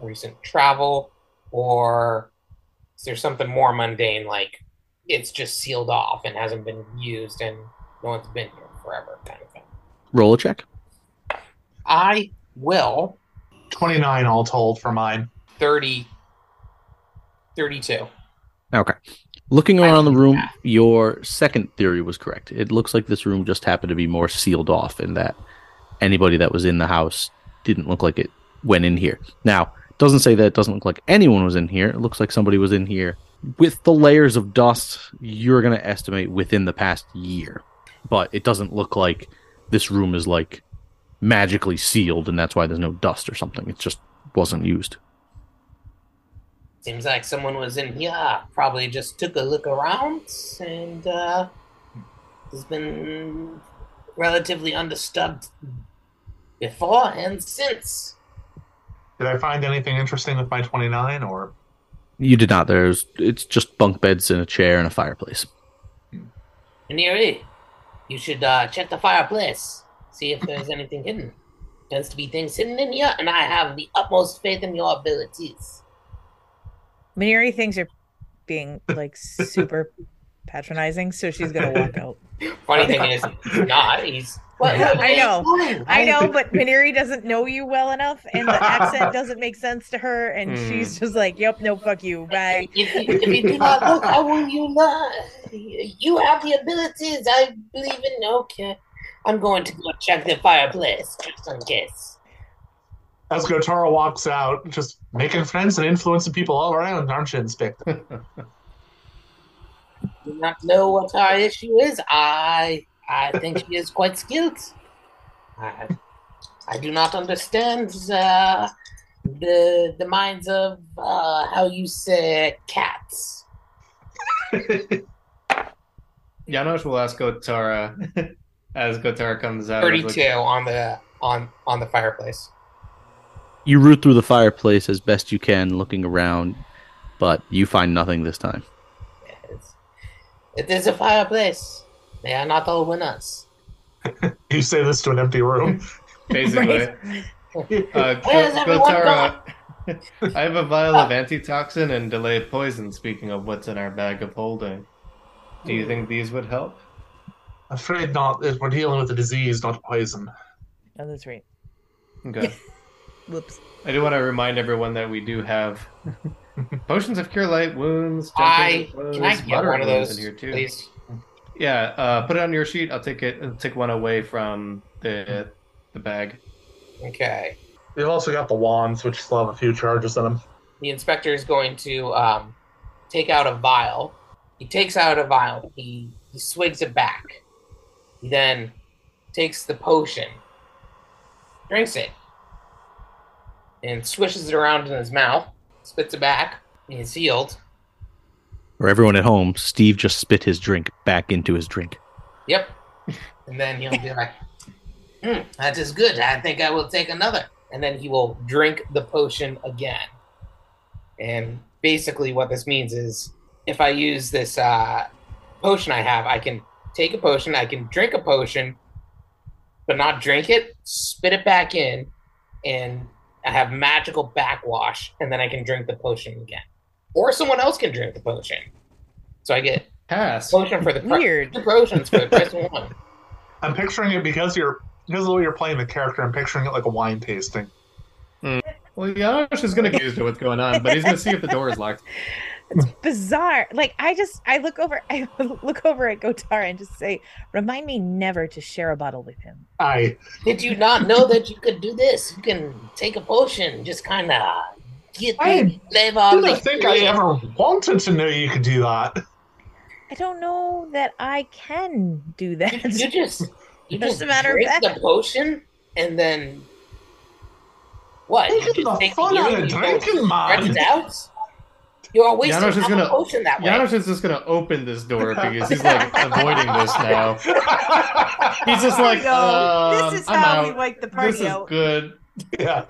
S4: recent travel, or is there something more mundane like it's just sealed off and hasn't been used and no one's been here forever, kind of thing?
S3: Roll a check.
S4: I will
S5: 29 all told for mine.
S4: 30, 32.
S3: Looking
S4: I
S3: around the
S4: think
S3: room,
S4: that-
S3: your second theory was correct. It looks like this room just happened to be more sealed off, and that anybody that was in the house didn't look like it went in here. Now, it doesn't say that it doesn't look like anyone was in here. It looks like somebody was in here with the layers of dust you're going to estimate within the past year. But it doesn't look like this room is like magically sealed, and that's why there's no dust or something. It just wasn't used.
S4: Seems like someone was in here, probably just took a look around, and uh, has been relatively undisturbed before and since.
S5: Did I find anything interesting with my 29 or
S3: You did not. There's it's just bunk beds and a chair and a fireplace.
S4: Neri, you should uh, check the fireplace, see if there's anything hidden. Tends to be things hidden in here, and I have the utmost faith in your abilities.
S1: Maneri things are being like super patronizing, so she's gonna walk out.
S4: Funny thing is, he's not. He's. What, what-
S1: I know.
S4: why?
S1: I know, but Maneri doesn't know you well enough, and the accent doesn't make sense to her, and
S2: Hmm.
S1: she's just like, "Yep, no, fuck you, bye."
S4: If you, if you do not look, how will you learn? You have the abilities. I believe in. Okay, I'm going to go check the fireplace just in case.
S5: as Gotara walks out, just making friends and influencing people all around, aren't you, Inspector?
S4: Do not know what our issue is. I I think she is quite skilled. I, I do not understand uh, the the minds of uh, how you say cats.
S2: Janosh will ask Gotara as Gotara comes out. he's like,
S4: Thirty-two on the on on the fireplace.
S3: You root through the fireplace as best you can, looking around, but you find nothing this time.
S4: Yes. It is a fireplace. They are not all winners.
S5: you say this to an empty room.
S2: Basically, uh,
S4: Where's
S2: Go-
S4: everyone
S2: Gotara, I have a vial of antitoxin and delay poison. Speaking of what's in our bag of holding, do you think these would help?
S5: Afraid not. We're dealing with a disease, not poison.
S1: Oh, that's right.
S2: Okay.
S1: Whoops.
S2: I do want to remind everyone that we do have potions of cure light wounds.
S4: I
S2: gentle wounds,
S4: can I get
S2: moderate
S4: one of
S2: wounds
S4: those,
S2: in here too?
S4: please?
S2: Yeah, uh, put it on your sheet. I'll take it. I'll take one away from the the bag.
S4: Okay.
S5: We've also got the wands, which still have a few charges in them.
S4: The inspector is going to um, take out a vial. He takes out a vial. He he swigs it back. He then takes the potion, drinks it, and swishes it around in his mouth. Spits it back. And he's healed.
S3: For everyone at home, Steve just spit his drink back into his drink.
S4: Yep. And then he'll be like, "Hmm, that is good. I think I will take another. And then he will drink the potion again. And basically, what this means is if I use this uh, potion I have, I can take a potion, I can drink a potion, but not drink it, spit it back in, and I have magical backwash, and then I can drink the potion again. Or someone else can drink the potion. So I get
S2: Pass.
S4: potion for the price
S1: Weird.
S4: the potions for the price of one.
S5: I'm picturing it because you're because of the way you're playing the character. I'm picturing it like a wine tasting.
S2: Well, Janosch is going to confuse what's going on, but he's going to see if the door is locked.
S1: Bizarre. Like I just, I look over, I look over at Gotara and just say, "Remind me never to share a bottle with him."
S5: I
S4: Did you not know that you could do this? You can take a potion, just kind of get the
S5: I
S4: flavor.
S5: do
S4: of
S5: not
S4: the
S5: think I
S4: experience.
S5: ever wanted to know you could do that.
S1: I don't know that I can do that.
S4: You, you just you
S1: That's
S4: just
S1: a matter of
S4: drink
S1: fact.
S4: the potion and then What? You
S5: Taking
S4: just
S5: the
S4: take
S5: fun out
S4: healing,
S5: of
S4: you go
S5: drinking,
S4: Spread
S5: man.
S4: it out. You are wasting
S2: Janos is
S4: half
S2: gonna-
S4: a potion that way.
S2: Janos is just gonna open this door because he's like avoiding this now. He's just like,
S6: No,
S2: um,
S6: this is
S2: I'm
S6: how we
S2: out.
S6: wipe the party
S2: This is
S6: out.
S2: good.
S5: yeah.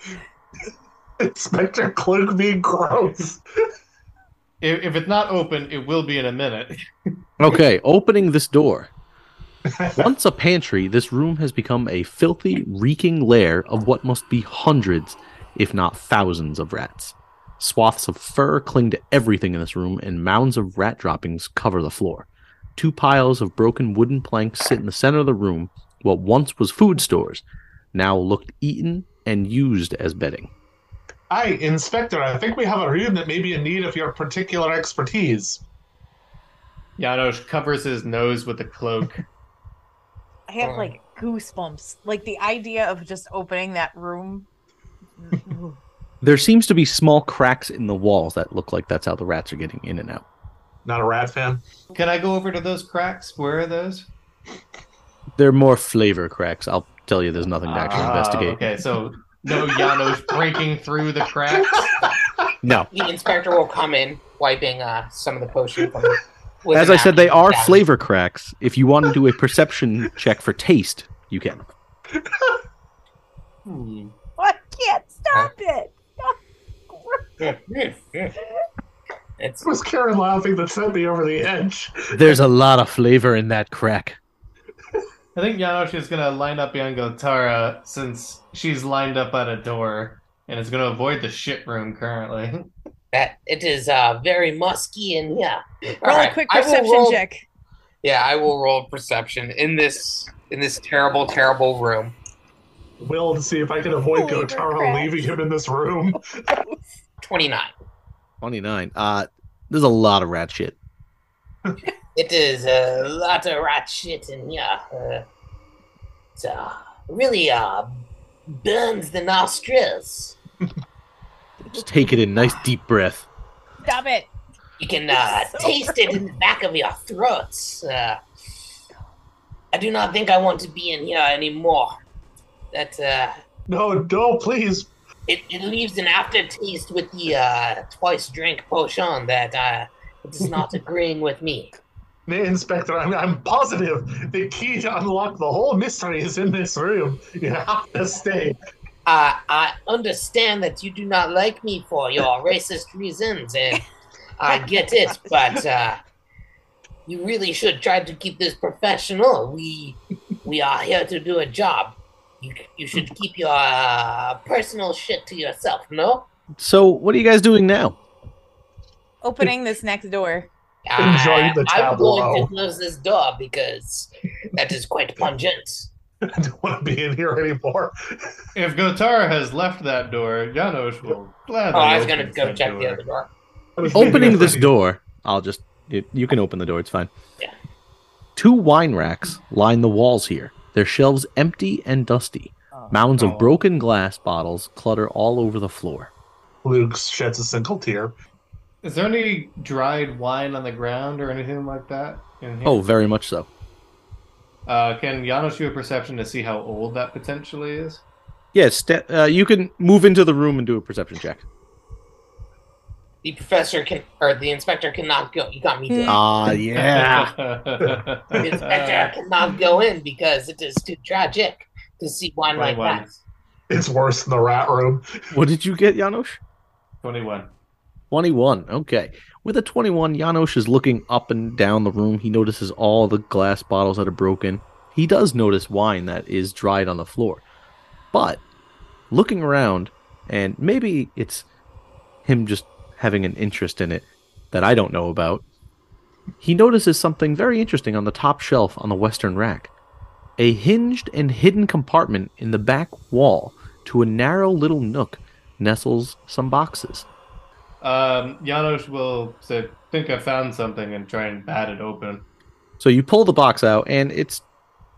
S5: Inspector Clerk being gross.
S2: If, if it's not open, it will be in a minute.
S3: Okay, opening this door. Once a pantry, this room has become a filthy, reeking lair of what must be hundreds, if not thousands, of rats. Swaths of fur cling to everything in this room, and mounds of rat droppings cover the floor. Two piles of broken wooden planks sit in the center of the room, what once was food stores, now looked eaten and used as bedding.
S5: Hi, Inspector. I think we have a room that may be in need of your particular expertise.
S2: Janos covers his nose with a cloak.
S1: I have
S4: Fine.
S1: like goosebumps. Like the idea of just opening that room. Ooh.
S3: There seems to be small cracks in the walls that look like that's how the rats are getting in and out.
S5: Not a rat fan.
S2: Can I go over to those cracks? Where are those?
S3: They're more flavor cracks. I'll tell you, there's nothing to actually
S2: Ah,
S3: investigate.
S2: Okay, so no Janos breaking through the cracks.
S3: No.
S4: The inspector will come in, wiping uh, some of the potion from. with
S3: As
S4: a
S3: I said, they
S4: napkin
S3: are
S4: down.
S3: flavor cracks. If you want to do a perception check for taste, you can.
S1: I can't stop it.
S4: It's
S5: It was Karen laughing that sent me over the edge.
S3: There's a lot of flavor in that crack.
S2: I think Janos is gonna line up behind Gotara since she's lined up at a door and is gonna avoid the shit room currently.
S4: that it is uh, very musky in here.
S1: Roll
S4: Alright,
S1: a quick
S4: I will
S1: perception
S4: roll-
S1: check.
S4: Yeah, I will roll perception in this in this terrible, terrible room.
S5: Will to see if I can avoid
S1: Flavor
S5: Gotaro
S1: cracks.
S5: leaving him in this room.
S4: Twenty nine.
S3: 29. Uh, there's a lot of rat shit.
S4: It is a lot of rat shit in here. Uh, it uh, really uh, burns the nostrils.
S3: Just take it in. Nice deep breath.
S1: Stop it.
S4: You can uh,
S1: So
S4: taste it in the back of your throats. Uh, I do not think I want to be in here anymore. That uh,
S5: No, no, please.
S4: it, it leaves an aftertaste with the uh, twice drink potion that uh, it is not agreeing with me.
S5: Nay, Inspector, I'm, I'm positive the key to unlock the whole mystery is in this room. You have to stay.
S4: Uh, I understand that you do not like me for your racist reasons, and I get it, but uh, you really should try to keep this professional. We we are here to do a job. You, you should keep your uh, personal shit to yourself, no?
S3: So, what are you guys doing now?
S1: Opening this next door.
S5: Enjoy the
S4: I, I'm willing
S5: tableau.
S4: to close this door because that is quite pungent.
S5: I don't want to be in here anymore.
S2: If Gotara has left that door, Janos will gladly.
S4: Oh, I was gonna
S2: open
S4: go
S2: that
S4: check
S2: door.
S4: the other door.
S5: I was
S3: Opening
S5: thinking
S3: this
S5: of-
S3: door, I'll just. You, you can open the door, it's fine.
S4: Yeah.
S3: Two wine racks line the walls here, their shelves empty and dusty. Mounds
S2: Oh.
S3: of broken glass bottles clutter all over the floor.
S5: Luke sheds a single tear.
S2: Is there any dried wine on the ground or anything like that? In here?
S3: Oh, very much so.
S2: Uh, can Janos do a perception to see how old that potentially is?
S3: Yes, sta uh, you can move into the room and do a perception check.
S4: The professor can, or the inspector cannot go. You got me. doing it.
S3: Ah,
S4: The inspector cannot go in because it is too tragic to see one like
S2: 21.
S4: that.
S5: It's worse than the rat room.
S3: what did you get, Janosch?
S2: 21.
S3: 21. Okay. With a 21, Janosch is looking up and down the room. He notices all the glass bottles that are broken. He does notice wine that is dried on the floor. But looking around, and maybe it's him just having an interest in it that I don't know about, he notices something very interesting on the top shelf on the western rack a hinged and hidden compartment in the back wall to a narrow little nook nestles some boxes.
S2: Um, Janos will say, think I found something and try and bat it open.
S3: So you pull the box out, and it's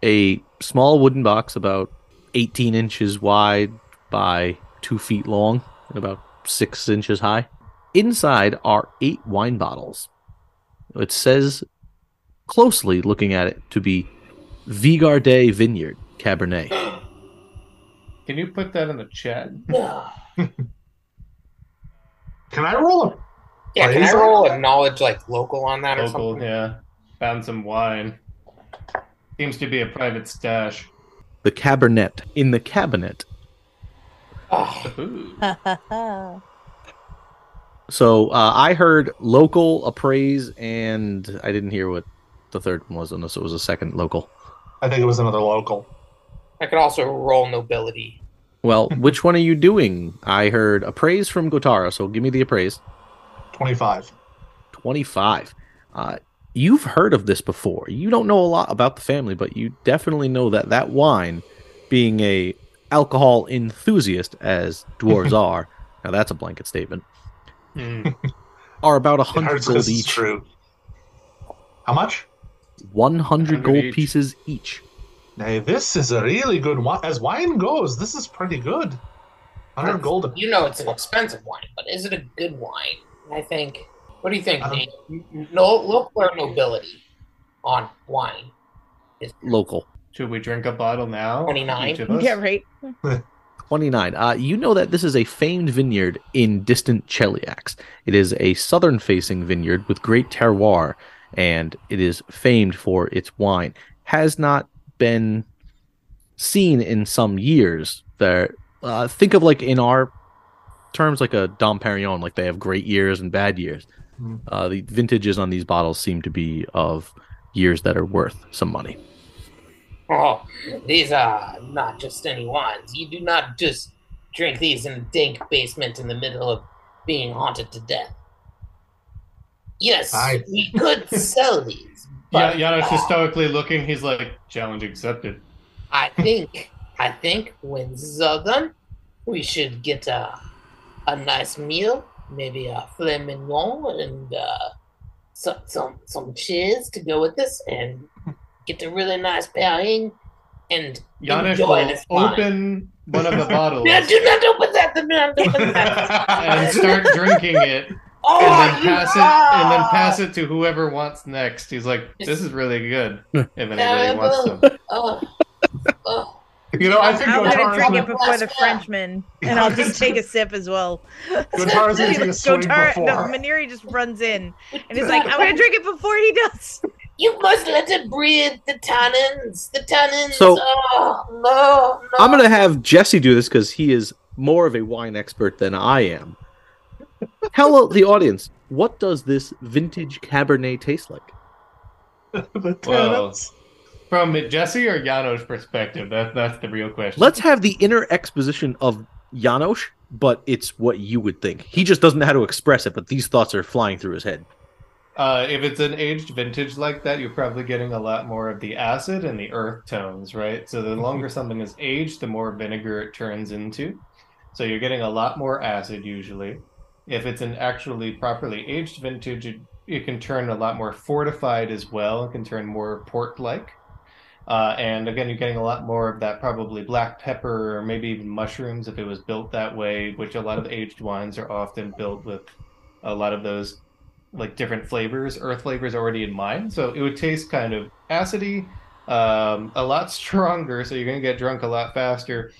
S3: a small wooden box about 18 inches wide by 2 feet long and about 6 inches high. Inside are eight wine bottles. It says, closely looking at it, to be Vigarde Vineyard Cabernet.
S2: Can you put that in the chat?
S4: Yeah,
S5: Can I roll a
S4: can I
S5: Blazer?
S4: roll a knowledge like local on that or
S2: Local,
S4: something?
S2: yeah. Found some wine. Seems to be a private stash.
S3: The cabinet. In the cabinet.
S4: Ugh,
S2: Ooh.
S3: So uh, I heard local, appraise, and I didn't hear what the third one was unless it was a second local.
S5: I think it was another local.
S4: I could also roll nobility.
S3: Well, which one are you doing? I heard appraise from Gotara, so give me the appraise.
S5: 25.
S3: 25. Uh, you've heard of this before. You don't know a lot about the family, but you definitely know that that wine, being a alcohol enthusiast as dwarves are, now that's a blanket statement,
S2: Hmm.
S3: are about a
S5: It
S3: 100
S5: hurts
S3: gold
S5: because it's
S3: each.
S5: true. How much?
S3: 100
S2: 100
S3: gold
S2: each.
S3: pieces each.
S5: Now, this is a really good wine. As wine goes, this is pretty good. 100 gold. a-
S4: You know, it's an expensive wine, but is it a good wine? I think. What do you think,
S5: Um,
S4: Nate? N- No, local or nobility on wine?
S3: Local.
S2: Should we drink a bottle now?
S4: 29.
S2: Each of us?
S1: yeah, right.
S3: 29. Uh, you know that this is a famed vineyard in distant Cheliax. It is a southern facing vineyard with great terroir, and it is famed for its wine. Has not been seen in some years. There, uh, think of like in our terms, like a Dom Perignon, like they have great years and bad years.
S5: Hmm.
S3: Uh, the vintages on these bottles seem to be of years that are worth some money.
S4: Oh, these are not just any wines. You do not just drink these in a dank basement in the middle of being haunted to death. Yes,
S5: I-
S4: we could sell these,
S2: Yeah,
S4: but
S2: Yanosh
S4: uh,
S2: is stoically looking. He's like, challenge accepted.
S4: I think I think when this is all done, we should get a a nice meal, maybe a filet mignon and uh, some some some cheese to go with this, and get a really nice pairing. And
S2: Yanosh
S4: Enjoy
S2: will
S4: this wine.
S2: open one of the bottles
S4: no, do not open that! Do not open
S2: Oh, and
S4: that!
S2: start drinking it, and
S4: oh,
S2: then
S4: you
S2: pass it,
S4: are-
S2: and then pass it to whoever wants next. He's like, this is really good. If anybody wants some.
S4: Oh, oh.
S5: You know, I think
S1: I'm gonna
S5: Gotara's
S1: drink
S5: going
S1: it
S5: to
S1: before the Frenchman, and I'll just take a sip as well.
S5: Gotara's gonna take a swig
S1: Gotar-
S5: before.
S1: no, Maneri just runs in and he's like, "I'm gonna drink it before he does."
S4: You must let it breathe. The tannins, the tannins.
S3: So-
S4: oh, no, no.
S3: I'm gonna have Jesse do this because he is more of a wine expert than I am. Tell the audience what does this vintage Cabernet taste like?
S5: the
S2: Well,
S5: tenants.
S2: From Jesse or Yanosh's perspective, that, that's the real question.
S3: Let's have the inner exposition of Janosch, but it's what you would think. He just doesn't know how to express it, but these thoughts are flying through his head.
S2: Uh, if it's an aged vintage like that, you're probably getting a lot more of the acid and the earth tones, right? So the longer something is aged, the more vinegar it turns into. So you're getting a lot more acid usually. If it's an actually properly aged vintage, it, it can turn a lot more fortified as well. It can turn more port like. Uh, and again, you're getting a lot more of that probably black pepper or maybe even mushrooms if it was built that way, which a lot of aged wines are often built with a lot of those like different flavors, earth flavors already in mind. So it would taste kind of acidy, um, a lot stronger. So you're gonna get drunk a lot faster,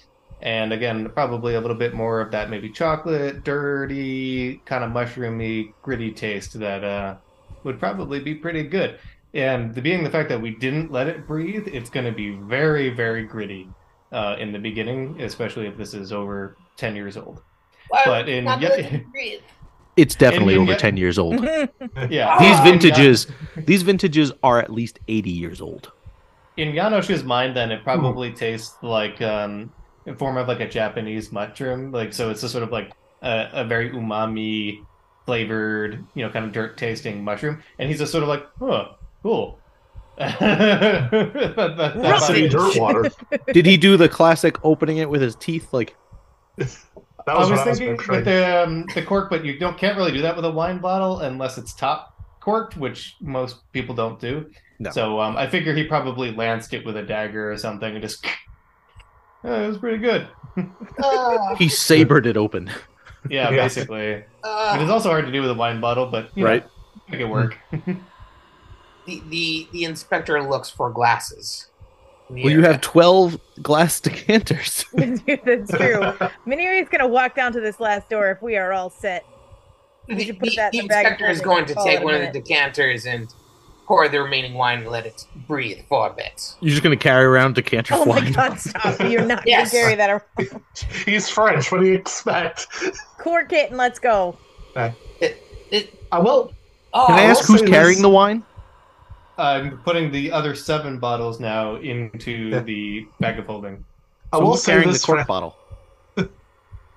S2: and again, probably a little bit more of that maybe chocolate, dirty, kind of mushroomy, gritty taste that uh, would probably be pretty good. And the, being the fact that we didn't let it breathe, it's gonna be very, very gritty uh, in the beginning, especially if this is over ten years old.
S4: Why
S2: But
S4: would
S2: in
S4: Uh, not
S2: Ye-
S4: let it breathe?
S3: It's definitely
S2: you
S3: over
S2: get-
S3: 10 years old.
S2: Yeah,
S3: These
S2: Um,
S3: vintages, these vintages are at least 80 years old.
S2: in Yanosh's mind, then it probably tastes like um, in form of like a Japanese mushroom. Like so, it's a sort of like a, a very umami flavored, you know, kind of dirt tasting mushroom. And he's just sort of like, oh, cool. uh, That- that- that
S1: Rough
S2: body-
S5: Acidy dirt water.
S3: Did he do the classic opening it with his teeth? Like,
S5: That
S2: I
S5: was,
S2: was
S5: what I
S2: thinking
S5: was picturing.
S2: with the, um, the cork, but you don't can't really do that with a wine bottle unless it's top corked, which most people don't do.
S3: No.
S2: So um, I figure he probably lanced it with a dagger or something and just. Yeah, it was pretty good.
S4: Ah,
S3: he sabered it open.
S2: Yeah,
S5: Yeah.
S2: basically.
S4: ah.
S2: But it's also hard to do with a wine bottle, but you
S3: Right.
S2: know, make it work.
S4: the, the the inspector looks for glasses.
S3: Well, you have 12 glass decanters.
S1: Dude, that's true. Miniri's gonna walk down to this last door if we are all set. we should put
S4: the,
S1: that
S4: the
S1: in the bag
S4: inspector
S1: and
S4: is going to
S1: call it
S4: take
S1: a
S4: one of
S1: minute.
S4: the decanters and pour the remaining wine and let it breathe for a bit.
S3: You're just gonna carry around decanter
S1: Oh my
S3: wine.
S1: god, stop. You're not
S4: Yes.
S1: gonna carry that around.
S5: He's French. What do you expect?
S1: Cork it and let's go.
S5: I will.
S4: Oh,
S3: Can I
S5: I
S3: ask
S5: will
S3: who's
S5: say
S3: carrying
S5: this-
S3: the wine?
S2: I'm putting the other seven bottles now into
S5: Yeah.
S2: the bag of holding.
S5: I
S3: So
S5: will
S3: who's
S5: say
S3: carrying the
S5: this.
S3: cork
S5: Fran-
S3: bottle.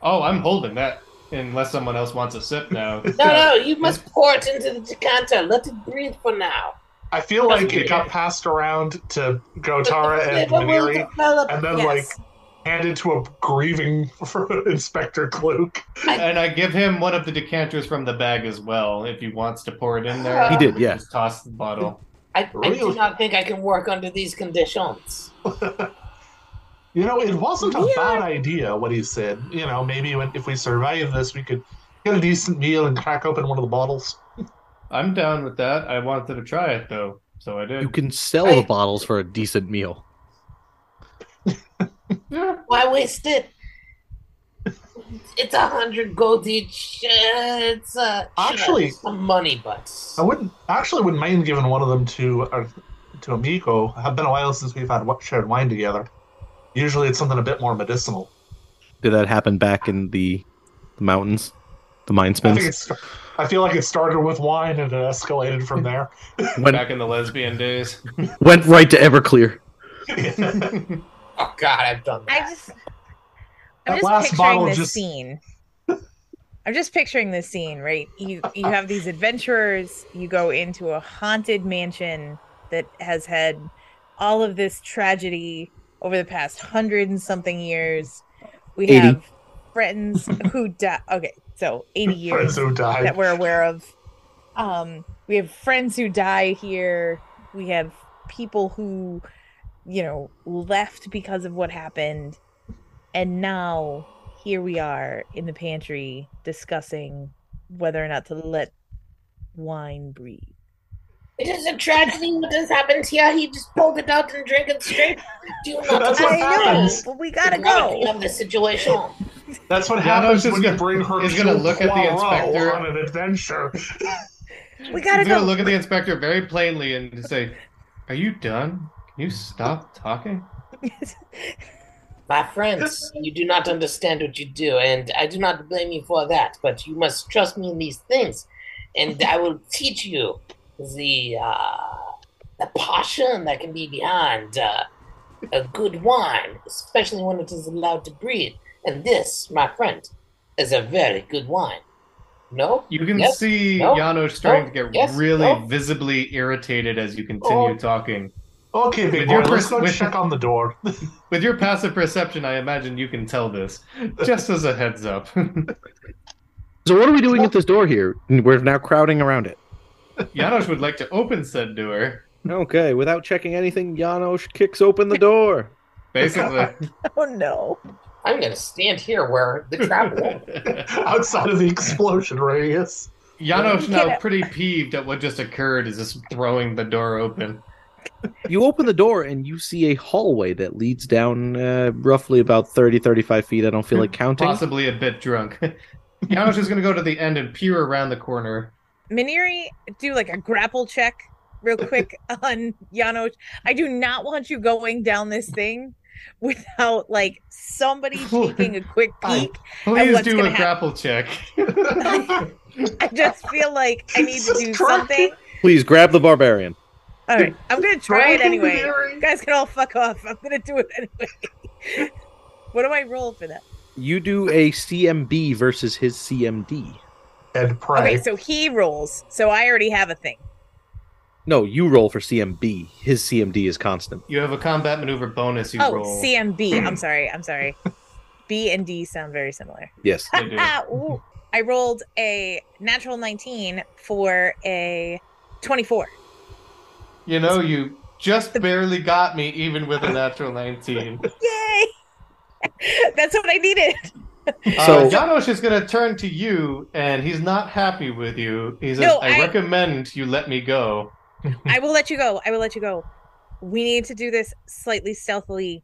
S2: Oh, I'm holding that unless someone else wants a sip now.
S4: no, no, you must pour it into the decanter. Let it breathe for now.
S5: I feel like it got passed around to Gotara and
S4: Flavor will
S5: Maniri,
S4: develop.
S5: and then like
S1: Yes.
S5: handed to a grieving Inspector Kluke.
S2: And I give him one of the decanters from the bag as well if he wants to pour it in there.
S3: He did, yeah.
S2: Just toss the bottle.
S4: I, I do
S5: Real-
S4: not think I can work under these conditions.
S5: You know, it wasn't a
S1: Yeah.
S5: bad idea what he said. You know, maybe when, if we survive this, we could get a decent meal and crack open one of the bottles.
S2: I'm down with that. I wanted to try it though, so I did.
S3: You can sell the bottles for a decent meal.
S1: Mm.
S2: Yeah.
S4: Why waste it? It's a hundred gold each. Uh, It's uh,
S5: Actually-
S4: some money, but
S5: I wouldn't actually wouldn't mind giving one of them to our, to Amico. I've been a while since we've had wa- shared wine together. Usually, it's something a bit more medicinal.
S3: Did that happen back in the, the mountains? The mine
S5: I, think
S3: spins?
S5: it's, I feel like it started with wine and it escalated from there.
S3: Went,
S2: Back in the lesbian days.
S3: went right to Everclear.
S4: oh god, I've done
S1: I
S4: that.
S1: just
S5: That
S1: I'm
S5: last
S1: just picturing
S5: bottle
S1: this
S5: just-
S1: scene. I'm just picturing this scene, right? You you have these adventurers, you go into a haunted mansion that has had all of this tragedy over the past hundred and something years. We
S3: 80.
S1: have friends who died. Okay, so 80 years
S5: Friends who died.
S1: that we're aware of. Um, we have friends who die here. We have people who, you know, left because of what happened. And now here we are in the pantry discussing whether or not to let wine breathe.
S4: It is a tragedy what has happened here. He just pulled it out and drank it straight. Do not
S5: That's what
S1: I know,
S5: happens.
S1: but we gotta
S4: Reality
S1: go.
S4: of the situation.
S5: That's what
S2: Yeah, I was
S5: happens
S2: just
S5: when
S2: gonna-
S5: you bring her.
S2: he's gonna
S5: to
S2: look at the
S5: Poirot
S2: inspector.
S5: on an adventure.
S1: We gotta
S2: He's gonna
S1: go.
S2: look at the inspector very plainly and say, "Are you done? Can you stop talking?"
S4: My friends, you do not understand what you do, and I do not blame you for that, but you must trust me in these things, and I will teach you the uh, the passion that can be behind uh, a good wine, especially when it is allowed to breathe. And this, my friend, is a very good wine. No?
S2: You can
S4: Yes.
S2: see
S4: No.
S2: Yano starting to
S4: No.
S2: get
S4: Yes.
S2: really
S4: No.
S2: visibly irritated as you continue
S5: Oh.
S2: talking.
S5: Okay, big
S2: With your
S5: boy, let's
S2: pers-
S5: go
S2: with-
S5: check on the door.
S2: With your passive perception, I imagine you can tell this. Just as a heads up.
S3: So what are we doing at this door here? We're now crowding around it.
S2: Janosch would like to open said door.
S3: Okay, without checking anything, Janosch kicks open the door.
S2: Basically.
S1: Oh no.
S4: I'm going to stand here where the trap won't.
S5: outside of the explosion radius.
S1: Get
S2: Janosch now
S1: it.
S2: pretty peeved at what just occurred is just throwing the door open.
S3: You open the door and you see a hallway that leads down uh, roughly about 30, 35 feet. I don't feel like counting.
S2: Possibly a bit drunk. Janosch is gonna go to the end and peer around the corner.
S1: Miniri, do like a grapple check real quick on Janos. I do not want you going down this thing without like somebody taking a quick peek.
S2: Please
S1: what's
S2: do
S1: gonna
S2: a
S1: hap-
S2: grapple check.
S1: I just feel like I need to
S5: Just
S1: do
S5: try.
S1: something.
S3: Please grab the barbarian.
S1: All right, I'm gonna try it
S5: Dragon
S1: anyway. You
S5: Mary.
S1: guys can all fuck off. I'm gonna do it anyway. what do I roll for that?
S3: You do a CMB versus his CMD.
S5: And pray.
S1: Okay, so he rolls. So I already have a thing.
S3: No, you roll for CMB. His CMD is constant.
S2: You have a combat maneuver bonus you
S1: oh,
S2: roll.
S1: CMB. I'm sorry. I'm sorry. B and D sound very similar.
S3: Yes.
S2: They do.
S1: Ah, Ooh. I rolled a natural 19 for a 24.
S2: You know, you just
S1: The-
S2: barely got me even with a natural 19.
S1: Yay! That's what I needed.
S3: So-
S2: uh, Janosch is going to turn to you, and he's not happy with you. He says,
S1: No,
S2: I,
S1: I-
S2: recommend you let me go.
S1: I will let you go. I will let you go. we need to do this slightly stealthily.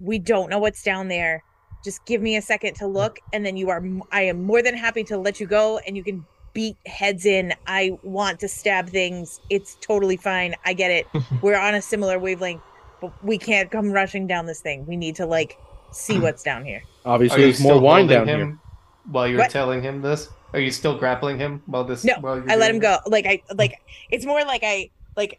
S1: We don't know what's down there. Just give me a second to look, and then you are. m- I am more than happy to let you go, and you can beat heads in. I want to stab things. It's totally fine. I get it. We're on a similar wavelength, but we can't come rushing down this thing. We need to like see what's down here.
S3: Obviously, there's more wine down here.
S2: while you're
S1: What?
S2: telling him this? Are you still grappling him while this?
S1: No,
S2: while you're
S1: I let
S2: doing
S1: him
S2: this?
S1: go. Like I like it's more like I like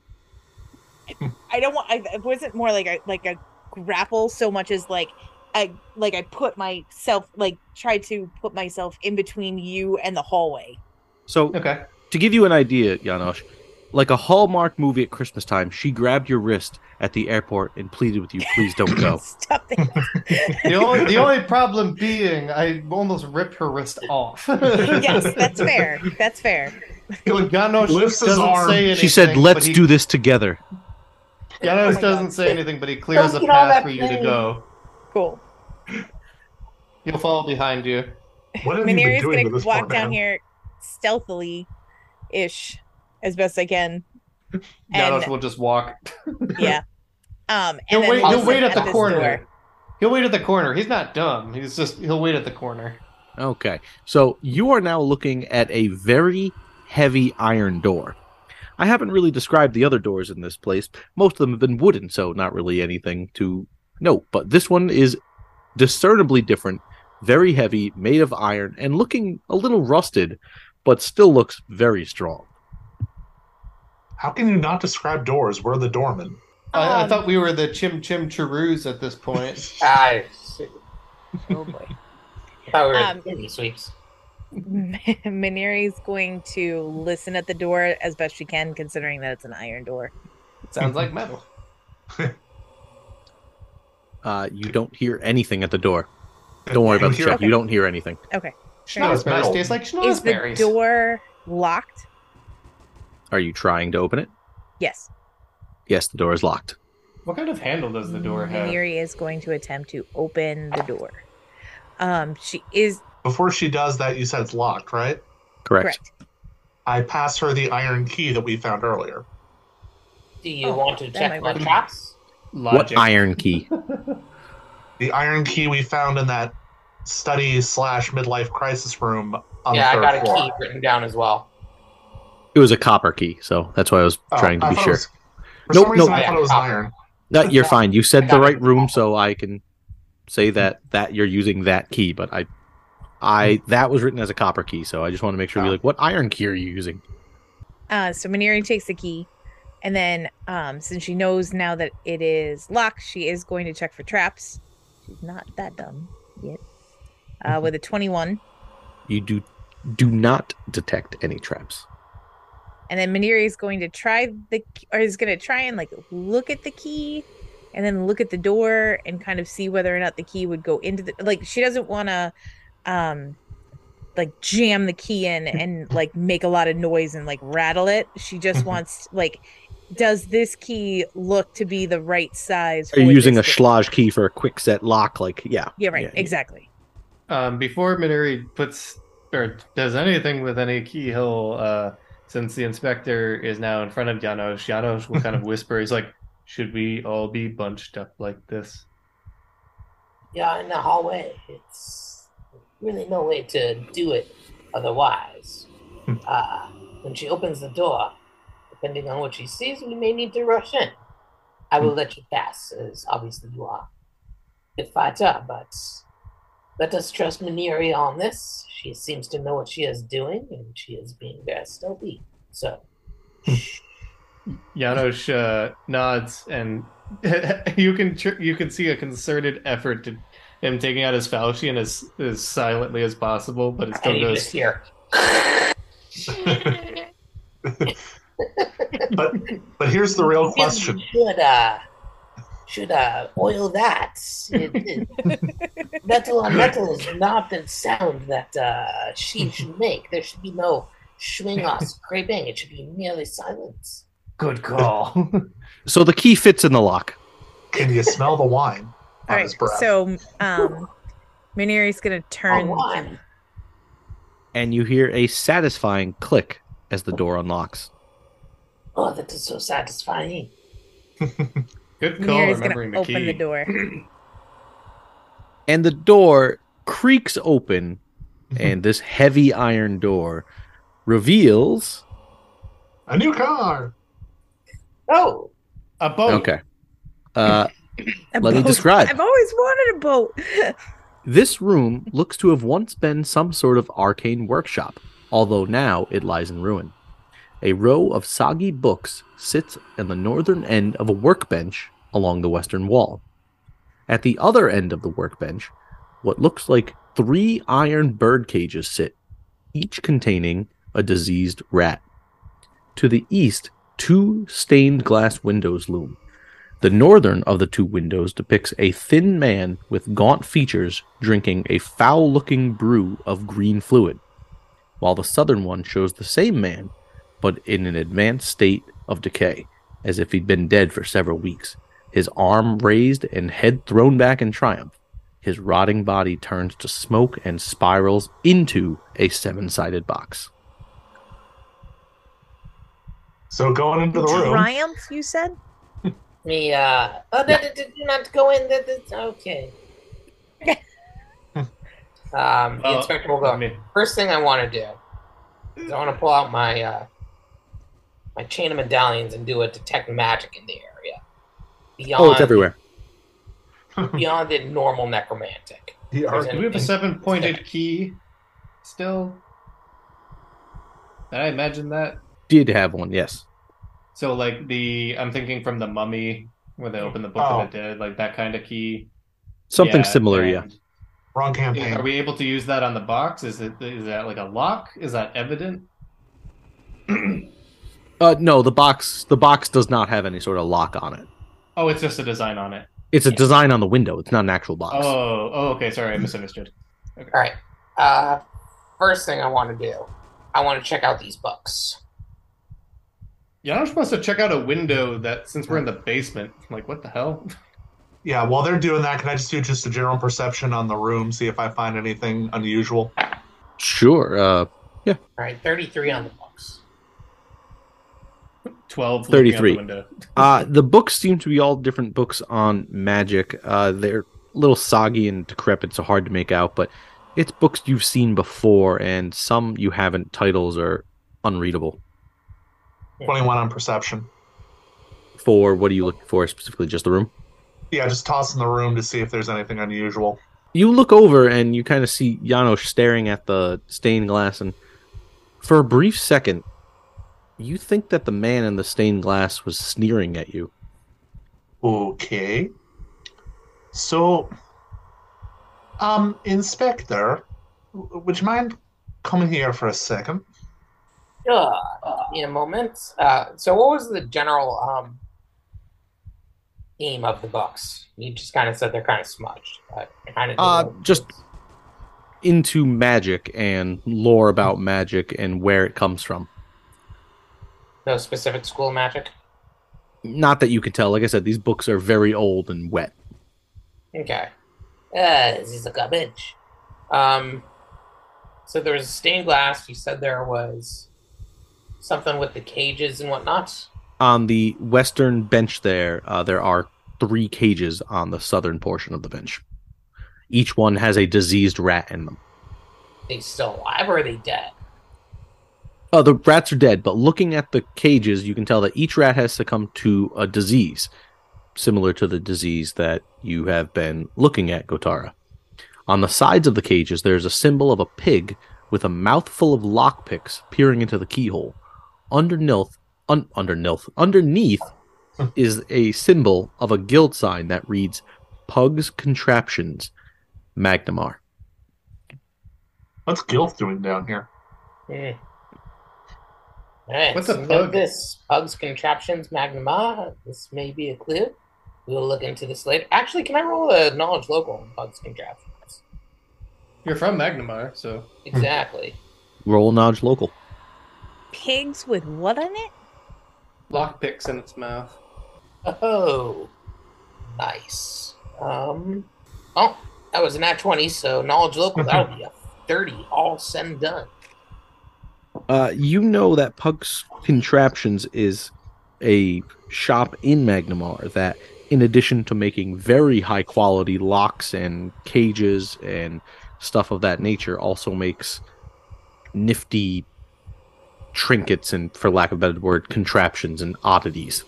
S1: I- I don't want I it wasn't more like a like a grapple so much as like I like I put myself like tried to put myself in between you and the hallway.
S3: So,
S2: Okay.
S3: to give you an idea, Janosch, like a Hallmark movie at Christmas time, she grabbed your wrist at the airport and pleaded with you, please don't go.
S1: Stop it.
S2: The only the only problem being, I almost ripped her wrist off.
S1: yes, that's fair. That's fair.
S2: Ganosh
S5: Lifts his
S2: doesn't
S5: arm.
S2: say anything.
S3: She said,
S2: but
S3: let's
S2: he-
S3: do this together.
S1: Oh
S2: Ganosh
S1: my
S2: doesn't
S1: God.
S2: say anything, but he clears a
S4: Don't get all
S2: path
S4: that
S2: for you to
S4: pain.
S2: go.
S1: Cool.
S2: He'll follow behind you.
S5: What have you been
S1: Maneria's
S5: doing to
S1: gonna
S5: this
S1: walk
S5: poor
S1: down
S5: man?
S1: here stealthily ish as best I can.
S2: Ganosh
S1: And-
S2: will just walk.
S1: Yeah. Um and
S2: He'll
S1: then
S2: wait. He'll
S1: also
S2: wait at the
S1: this
S2: corner.
S1: door.
S2: He'll wait at the corner. He's not dumb. He's just he'll wait at the corner.
S3: Okay. So you are now looking at a very heavy iron door. I haven't really described the other doors in this place. Most of them have been wooden, so not really anything to note. But this one is discernibly different, very heavy, made of iron, and looking a little rusted, but still looks very strong.
S5: How can you not describe doors? We're the doorman.
S2: I, I
S1: Um,
S2: thought we were the chim chim chiroos at this point.
S4: I see.
S1: Oh boy.
S4: thought we were
S1: Um,
S4: chimney sweeps.
S1: Maneri's going to listen at the door as best she can, considering that it's an iron door.
S2: Sounds like metal.
S3: Uh, you don't hear anything at the door. Don't worry about the
S5: Here-
S3: check. You don't hear anything.
S1: Fair enough.
S2: Schnozberries taste like
S1: Is the
S2: schnozberries.
S1: door locked?
S3: Are you trying to open it?
S1: Yes.
S3: Yes, the door is locked.
S2: What kind of handle does the door have?
S1: Maneri is going to attempt to open the door. Um, she is
S5: Before she does that, you said it's locked, right?
S3: Correct.
S1: correct.
S5: I pass her the iron key that we found earlier.
S4: Do you
S1: Oh,
S4: want to
S1: that might
S4: check my
S1: work.
S4: traps?
S3: What iron key?
S5: The iron key we found in that study slash midlife crisis room on
S4: yeah, I
S5: the third
S4: got a
S5: floor.
S4: key written down as well.
S3: It was a copper key, so that's why I was
S5: Oh,
S3: trying to
S5: I
S3: be
S5: thought it
S3: sure.
S5: was- for
S3: Nope,
S5: some reason,
S3: nope.
S5: I thought it was iron.
S3: No, you're
S4: Yeah.
S3: fine. You
S4: I
S3: said the
S4: got
S3: right
S4: it.
S3: room, so I can say that that you're using that key. But I, I that was written as a copper key, so I just want to make sure
S5: Oh.
S3: you're like, what iron key are you using?
S1: Uh, so Maneri takes the key, and then um, since she knows now that it is locked, she is going to check for traps. She's not that dumb yet. Uh, with a twenty-one,
S3: You do do not detect any traps.
S1: and then Maneri is going to try the or is going to try and like look at the key and then look at the door and kind of see whether or not the key would go into the like she doesn't want to um like jam the key in and like make a lot of noise and like rattle it she just
S3: Mm-hmm.
S1: wants like does this key look to be the right
S5: Oh,
S1: size
S3: Are you
S1: for
S3: using a
S1: this thing?
S3: schlage key for a quick set lock? Like, yeah,
S1: yeah right
S3: Yeah, yeah.
S1: exactly
S2: Um, before Minari puts or does anything with any key, he'll uh, since the inspector is now in front of Janosch, Janosch will kind of whisper. He's like, "Should we all be bunched up like this?"
S4: Yeah, in the hallway. It's really no way to do it otherwise.
S5: Hmm.
S4: Uh, when she opens the door, depending on what she sees, we may need to rush in. I will let you pass, as obviously you are a good fighter, but let us trust Maniri on this. She seems to know what she is doing, and she is being very stealthy. So,
S2: Janosch uh, nods, and you can tr- you can see a concerted effort to him taking out his falchion as as silently as possible, but it
S4: I
S2: still
S4: need
S2: goes.
S4: this here.
S5: But but here's the real
S4: Really
S5: question.
S4: Should uh, should uh, oil that. It, it- metal on metal is not the sound that uh, she should make. There should be no swing or scraping. It should be merely silence.
S2: Good call.
S3: so the key fits in the lock.
S5: Can you smell the wine
S1: all
S5: on
S1: right
S5: his breath?
S1: so um Maneri's gonna
S4: A
S1: turn
S4: one.
S3: and you hear a
S5: Oh.
S3: satisfying click as the door unlocks.
S4: Oh, that is so satisfying.
S2: Good call
S1: Mira is
S2: remembering
S1: gonna
S2: the
S1: open
S2: key.
S1: the door.
S3: and the door creaks open, and this heavy iron door reveals.
S5: A new car.
S4: Oh,
S2: A boat.
S3: Okay. Uh,
S1: A
S3: Let me
S1: boat.
S3: describe.
S1: I've always wanted a boat.
S3: This room looks to have once been some sort of arcane workshop, although now it lies in ruin. A row of soggy books sits in the northern end of a workbench along the western wall. At the other end of the workbench, what looks like three iron bird cages sit, each containing a diseased rat. To the east, two stained glass windows loom. The northern of the two windows depicts a thin man with gaunt features drinking a foul looking brew of green fluid, while the southern one shows the same man, but in an advanced state of decay, as if he'd been dead for several weeks, his arm raised and head thrown back in triumph. His rotting body turns to smoke and spirals into a seven sided box.
S5: So going into the room.
S1: Triumph, you said?
S4: me. Uh, oh, no, no, do not go in. That is okay. um, the
S2: Well,
S4: inspector will
S2: I
S4: go.
S2: mean,
S4: First thing I want to do is I want to pull out my uh, my chain of medallions and do a detect magic in the area. Beyond,
S3: Oh, it's everywhere.
S4: Beyond the normal necromantic.
S2: do
S5: The
S2: we have a
S5: argument.
S2: seven pointed key still? Did I imagine that?
S3: Did have one, yes.
S2: So like the I'm thinking from the mummy where they open the book
S5: Oh.
S2: of the dead, like that kind of key.
S3: Something
S2: Yeah,
S3: similar, yeah.
S2: and-
S5: Wrong campaign.
S2: yeah. Are we able to use that on the box? Is it is that like a lock? Is that evident?
S3: Uh, no, the box the box does not have any sort of lock on it.
S2: Oh, it's just a design on it.
S3: It's a
S4: Yeah.
S3: design on the window. It's not an actual box.
S2: Oh, oh, okay. Sorry, I misunderstood.
S4: All right. Uh, first thing I want to do, I want to check out these books.
S2: Yeah, I'm supposed to check out a window that since we're in the basement. Like, what the hell?
S5: Yeah, while they're doing that, can I just do just a general perception on the room, see if I find anything unusual?
S3: Sure. Uh,
S4: All right, thirty-three on the books.
S2: Twelve. looking out
S3: 33.
S2: The window.
S3: uh, the books seem to be all different books on magic. Uh, they're a little soggy and decrepit, so hard to make out, but it's books you've seen before, and some you haven't. Titles are unreadable.
S5: 21 on perception.
S3: For what are you looking for specifically? Just the room?
S5: Yeah, just toss in the room to see if there's anything unusual.
S3: You look over and you kind of see Janos staring at the stained glass, and for a brief second, you think that the man in the stained glass was sneering at you.
S5: Okay. So, um, Inspector, w- would you mind coming here for a second?
S4: Uh, in a moment. Uh, so, what was the general um, theme of the books? You just kind of said they're kind of smudged. But I kind of
S3: Uh, just into magic and lore about magic and where it comes from.
S4: no specific school of magic.
S3: Not that you can tell. Like I said, these books are very old and wet.
S4: Okay. Uh, this is a garbage. Um, so there was stained glass. You said there was something with the cages and whatnot.
S3: On the western bench there, uh, there are three cages on the southern portion of the bench. Each one has a diseased rat in them.
S4: They still alive or are they dead?
S3: Oh, the rats are dead, but looking at the cages, you can tell that each rat has succumbed to a disease similar to the disease that you have been looking at, Gotara. On the sides of the cages, there's a symbol of a pig with a mouthful of lockpicks peering into the keyhole. Underneath, un, underneath, underneath is a symbol of a guild sign that reads Pug's Contraptions, Magnamar.
S5: What's Gilf doing down here?
S4: Hmm. Alright,
S2: What's
S4: so
S2: a
S4: note
S2: pug?
S4: This pug's contraptions, magnuma. This may be a clue. We'll look into this later. Actually, can I roll a knowledge local on pug's contraptions?
S2: You're from Magnamar, so
S4: Exactly.
S3: Roll Nodge Local.
S1: Pigs with what on it?
S2: lockpicks in its mouth.
S4: oh, nice. Um, oh, that was a nat twenty. So knowledge local that would be a thirty, all said and done.
S3: Uh, you know that Pug's contraptions is a shop in Magnamar that, in addition to making very high quality locks and cages and stuff of that nature, also makes nifty trinkets and, for lack of a better word, contraptions and oddities.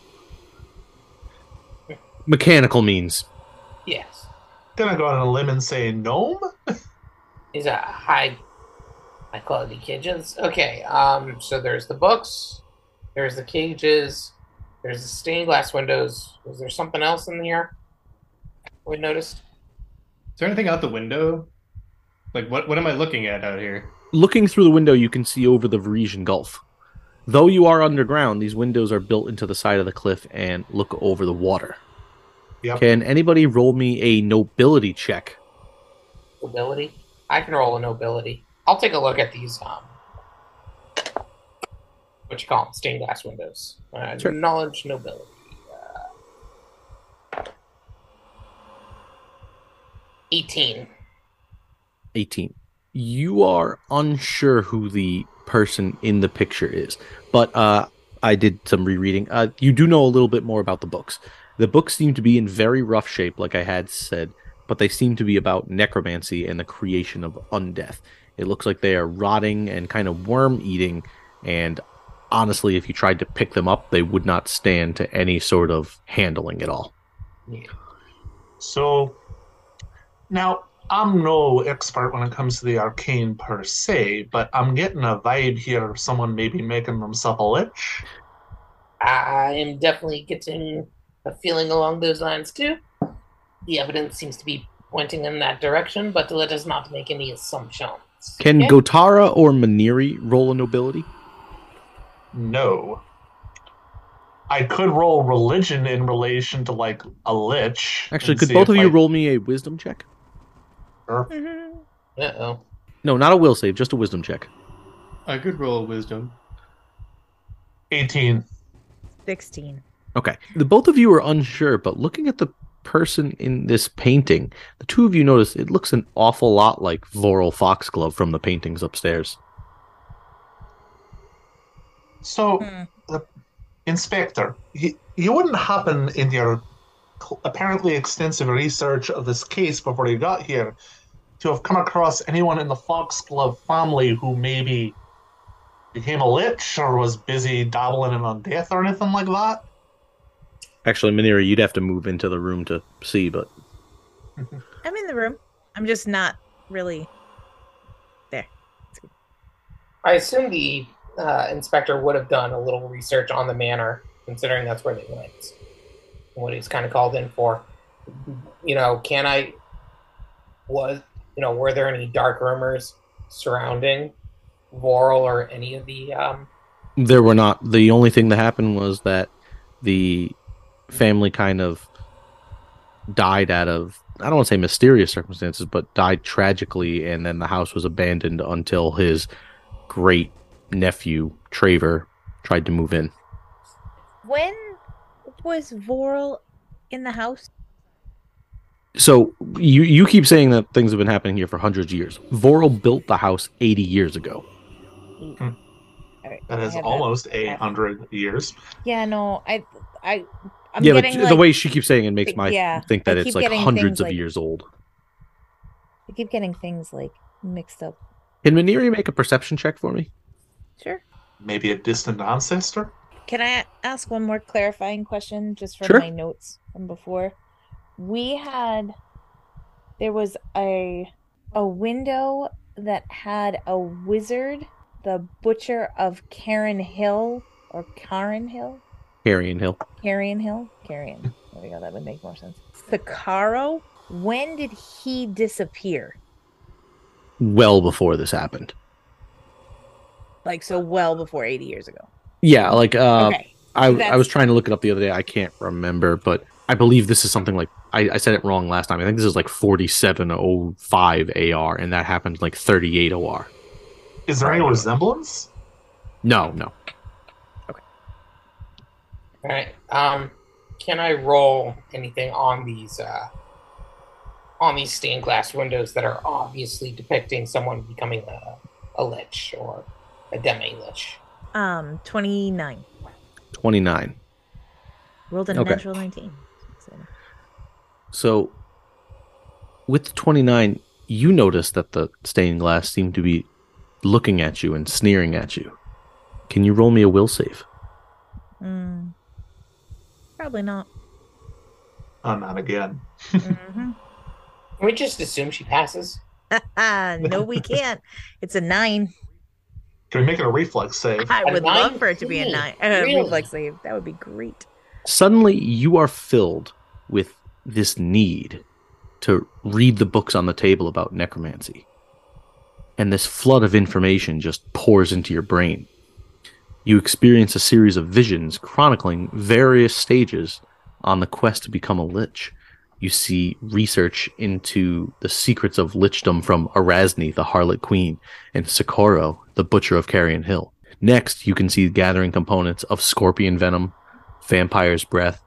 S3: Mechanical means.
S4: Yes.
S5: Gonna go on a limb and say gnome?
S4: These are high high quality cages. Okay, um, so there's the books, there's the cages, there's the stained glass windows. Was there something else in here? We noticed?
S2: Is there anything out the window? Like, what, what am I looking at out here?
S3: Looking through the window, you can see over the Varisian Gulf. Though you are underground, these windows are built into the side of the cliff and look over the water.
S5: Yep.
S3: Can anybody roll me a nobility check?
S4: Nobility. I can roll a nobility. I'll take a look at these um what you call them, stained glass windows. Uh,
S3: Sure.
S4: Knowledge nobility. Uh, Eighteen.
S3: 18. You are unsure who the person in the picture is, but uh, I did some rereading. Uh, you do know a little bit more about the books. The books seem to be in very rough shape, like I had said, but they seem to be about necromancy and the creation of undeath. It looks like they are rotting and kind of worm eating, and honestly, if you tried to pick them up, they would not stand to any sort of handling at all.
S5: So now I'm no expert when it comes to the arcane per se, but I'm getting a vibe here of someone maybe making themselves a lich.
S4: I am definitely getting a feeling along those lines too. The evidence seems to be pointing in that direction, but let us not make any assumptions.
S3: Can
S4: Okay?
S3: Gotara or Maniri roll a nobility?
S5: No. I could roll religion in relation to like a lich.
S3: Actually,
S5: and
S3: could
S5: see
S3: both
S5: if
S3: of you
S5: I-
S3: roll me a wisdom check?
S1: Mhm.
S4: Uh oh.
S3: No, not a will save, just a wisdom check.
S2: I could roll wisdom.
S5: 18.
S1: 16.
S3: Okay. The both of you are unsure, but looking at the person in this painting, the two of you notice it looks an awful lot like Voral Foxglove from the paintings upstairs.
S5: So,
S1: Hmm.
S5: the inspector, you, you wouldn't happen in your cl- apparently extensive research of this case before you got here to have come across anyone in the Foxglove family who maybe became a lich or was busy dabbling in on death or anything like that?
S3: Actually, Manira, you'd have to move into the room to see, but
S1: I'm in the room. I'm just not really.
S4: I assume the uh, inspector would have done a little research on the manor, considering that's where they went. What he's kind of called in for. You know, can I? Was you know, were there any dark rumors surrounding Voral or any of the? Um,
S3: there were not the only thing that happened was that the family kind of died out of i don't want to say mysterious circumstances but died tragically and then the house was abandoned until his great nephew traver tried to move in
S1: When was Voral in the house?
S3: so you you keep saying that things have been happening here for hundreds of years voral built the house 80 years ago
S1: All right,
S5: That
S1: I
S5: is
S1: had
S5: almost 800 years.
S1: Yeah, no, I, I, I'm
S3: yeah
S1: getting
S3: but the
S1: like,
S3: way she keeps saying it makes my
S1: yeah,
S3: think that
S1: I
S3: it's
S1: keep
S3: like
S1: getting things
S3: hundreds of
S1: like-
S3: years old
S1: I keep getting things like mixed up.
S3: can maniri make a perception check for me
S1: Sure.
S5: Maybe a distant ancestor?
S1: Can I ask one more clarifying question just from
S3: Sure.
S1: my notes from before? We had there was a a window that had a wizard, the butcher of Karen Hill or Karen Hill?
S3: carrion hill
S1: Carrion Hill? Carrion. There we go, that would make more sense. Sicaro, when did he disappear?
S3: well before this happened.
S1: Like so well before eighty years ago.
S3: Yeah, like uh,
S1: okay.
S3: I I
S1: that's-
S3: was trying to look it up the other day. I can't remember, but I believe this is something like I, I said it wrong last time. I think this is like forty seven oh five AR, and that happened like thirty eight OR.
S5: Is there any resemblance?
S3: No, no.
S4: all right. Um, can I roll anything on these? Uh, on these stained glass windows that are obviously depicting someone becoming a, a lich or a demi lich.
S1: Um twenty nine.
S3: Twenty nine.
S1: Rolled a
S3: Okay.
S1: natural 19. So-
S3: So, with the 29, you notice that the stained glass seemed to be looking at you and sneering at you. Can you roll me a will save?
S1: Mm. Probably not.
S5: Oh, not again.
S1: Mhm.
S4: Can we just assume she passes?
S1: no, we can't. It's a nine.
S5: Can we make it a reflex save?
S1: I
S4: A
S1: would
S4: nine?
S1: love for it to be a
S4: Really?
S1: nine. Uh,
S4: Really?
S1: Reflex save. That would be great.
S3: Suddenly, you are filled with this need to read the books on the table about necromancy. And this flood of information just pours into your brain. You experience a series of visions chronicling various stages on the quest to become a lich. You see research into the secrets of lichdom from Erasne, the harlot queen, and Socorro, the butcher of Carrion Hill. Next, you can see gathering components of scorpion venom, vampire's breath,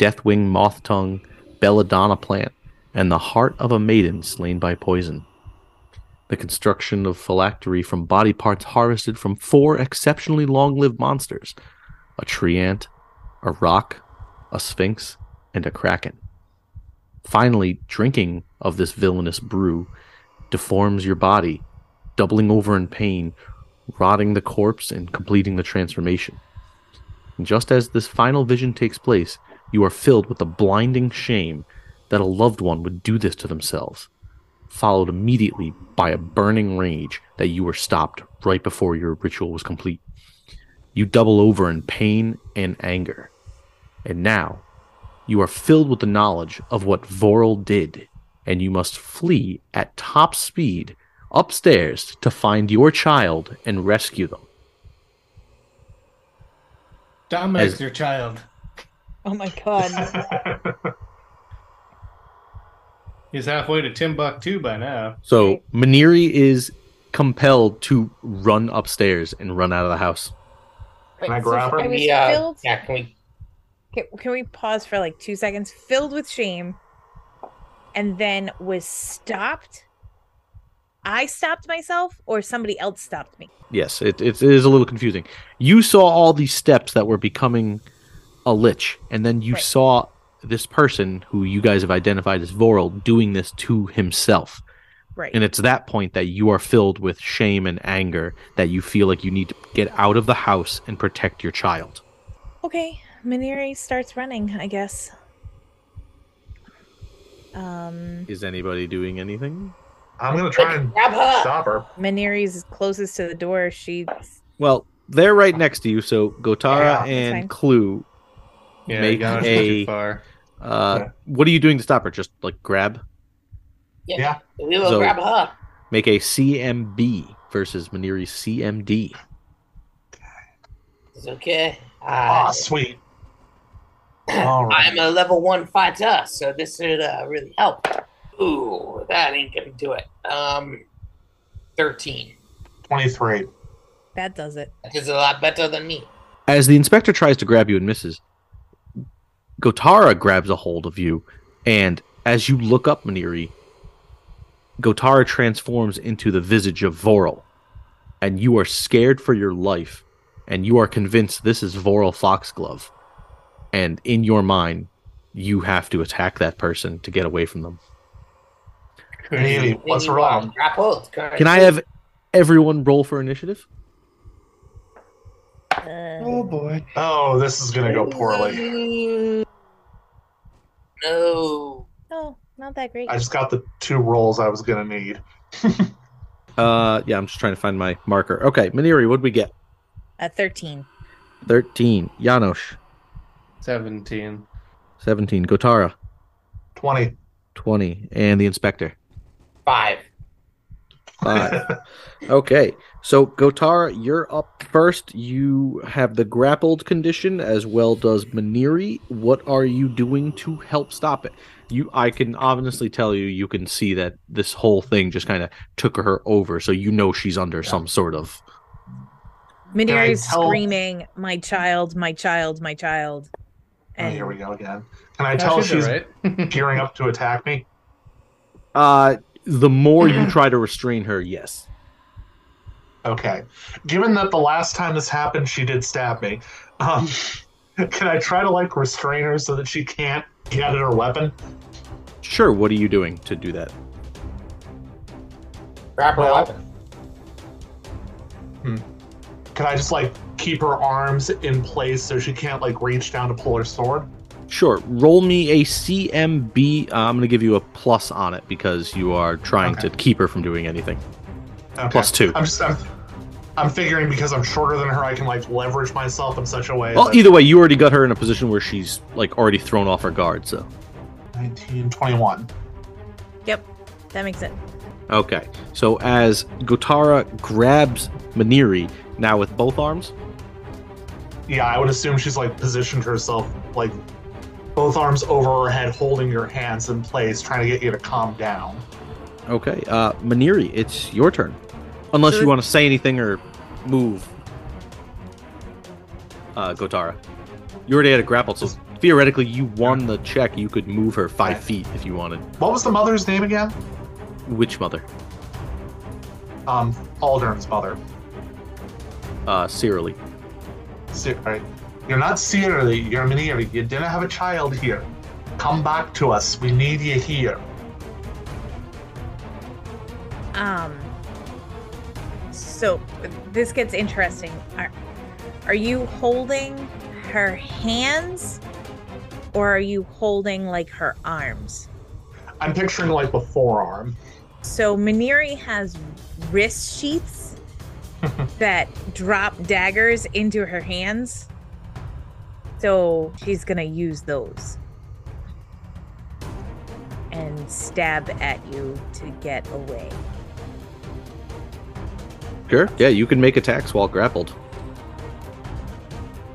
S3: deathwing moth tongue, belladonna plant, and the heart of a maiden slain by poison. The construction of phylactery from body parts harvested from four exceptionally long lived monsters a tree ant, a rock, a sphinx, and a kraken. Finally, drinking of this villainous brew deforms your body, doubling over in pain, rotting the corpse, and completing the transformation. And just as this final vision takes place, you are filled with the blinding shame that a loved one would do this to themselves, followed immediately by a burning rage that you were stopped right before your ritual was complete. You double over in pain and anger. And now, you are filled with the knowledge of what Voral did, and you must flee at top speed upstairs to find your child and rescue them.
S2: Dominic's
S3: As-
S2: your child.
S1: Oh my god.
S2: He's halfway to Timbuktu by now.
S3: So Maniri is compelled to run upstairs and run out of the house.
S5: Can I grab her?
S1: I
S4: Can
S1: was
S4: we, uh,
S1: filled.
S4: yeah, can we?
S1: Can, can we pause for like two seconds? Filled with shame, and then was stopped. I stopped myself, or somebody else stopped me.
S3: Yes, it, it is a little confusing. You saw all these steps that were becoming a lich, and then you
S1: Right.
S3: saw this person who you guys have identified as Voral doing this to himself.
S1: Right.
S3: And it's that point that you are filled with shame and anger that you feel like you need to get out of the house and protect your child.
S1: Okay, Maniri starts running, I guess. Um,
S3: Is anybody doing anything?
S5: I'm gonna try and
S4: Grab her!
S5: stop her.
S1: Maniri's closest to the door. She
S3: Well, they're right next to you, so
S5: Yeah,
S3: Gotara
S5: that's
S1: fine.
S3: and Clue
S2: Yeah,
S3: Make
S2: you got us
S3: a-
S2: too far.
S3: Uh,
S5: Yeah.
S3: what are you doing to stop her? Just like grab,
S5: Yeah.
S4: We will
S3: So-
S4: grab her.
S3: make a CMB versus Maniri's CMD.
S4: It's okay.
S5: Ah,
S4: Uh,
S5: sweet. All right.
S4: I'm a level one fighter, so this should uh, really help. Ooh, that ain't gonna do it. Um, thirteen.
S5: 23.
S1: that does it.
S4: That is a lot better than me.
S3: As the inspector tries to grab you and misses, Gotara grabs a hold of you, and as you look up Maniri, Gotara transforms into the visage of Voral, and you are scared for your life, and you are convinced this is Voral Foxglove, and in your mind, you have to attack that person to get away from them.
S5: Really, what's
S4: Maybe, uh,
S5: wrong?
S4: grab hold, current.
S3: Can I have everyone roll for initiative?
S1: Uh,
S2: boy.
S5: Oh, this is gonna go poorly.
S4: No.
S1: no, not that great.
S5: I just got the two rolls I was gonna need.
S3: Uh, yeah, I'm just trying to find my marker. Okay, Maniri, what'd we get?
S1: A thirteen.
S3: 13. Janosch,
S2: 17.
S3: 17. Gotara,
S5: 20.
S3: 20. And the inspector,
S4: Five.
S3: 5.
S5: Oh,
S3: okay, so Gotara, you're up first. You have the grappled condition, as well does Maniri. What are you doing to help stop it? You, I can obviously tell you, you can see that this whole thing just kind of took her over, so you know she's under some sort of.
S1: Maniri's
S5: tell-
S1: screaming, "My child, my child, my child!"
S5: Oh,
S1: And
S5: here we go again. Can I tell she's
S2: right.
S5: gearing up to attack me?
S3: Uh, the more you try to restrain her, yes.
S5: Okay. Given that the last time this happened, she did stab me. Um, Can I try to like restrain her so that she can't get at her weapon?
S3: Sure, what are you doing to do that?
S4: Grab her
S5: Well-
S4: weapon.
S5: Can I just like keep her arms in place so she can't like reach down to pull her sword?
S3: Sure, roll me a CMB. Uh, I'm going to give you a plus on it because you are trying
S5: Okay.
S3: to keep her from doing anything.
S5: Okay.
S3: Plus two.
S5: I'm just I'm, I'm figuring because I'm shorter than her, I can like leverage myself in such a way.
S3: Well,
S5: that
S3: either way, you already got her in a position where she's like already thrown off her guard. So
S5: 19, 21.
S1: Yep, that makes sense.
S3: okay. So as Gotara grabs Maniri now with both arms,
S5: Yeah, I would assume she's like positioned herself like both arms over her head, holding your hands in place, trying to get you to calm down.
S3: okay. Uh, Maniri, it's your turn, unless
S1: So
S3: you
S1: it-
S3: want to say anything or move. Uh, Gotara, you already had a grapple, so theoretically you won the check. You could move her five
S5: Okay.
S3: feet if you wanted.
S5: What was the mother's name again?
S3: Which mother?
S5: Um, Aldern's mother.
S3: Uh, Cyrilly.
S5: Se- right. You're not Siri, you're Miniri. You didn't have a child here. Come back to us. We need you here.
S1: Um. So this gets interesting. Are, are you holding her hands, or are you holding like her arms?
S5: I'm picturing like the forearm.
S1: So Maniri has wrist sheaths that drop daggers into her hands. So she's gonna use those and stab at you to get away.
S3: Sure. Yeah, you can make attacks while grappled.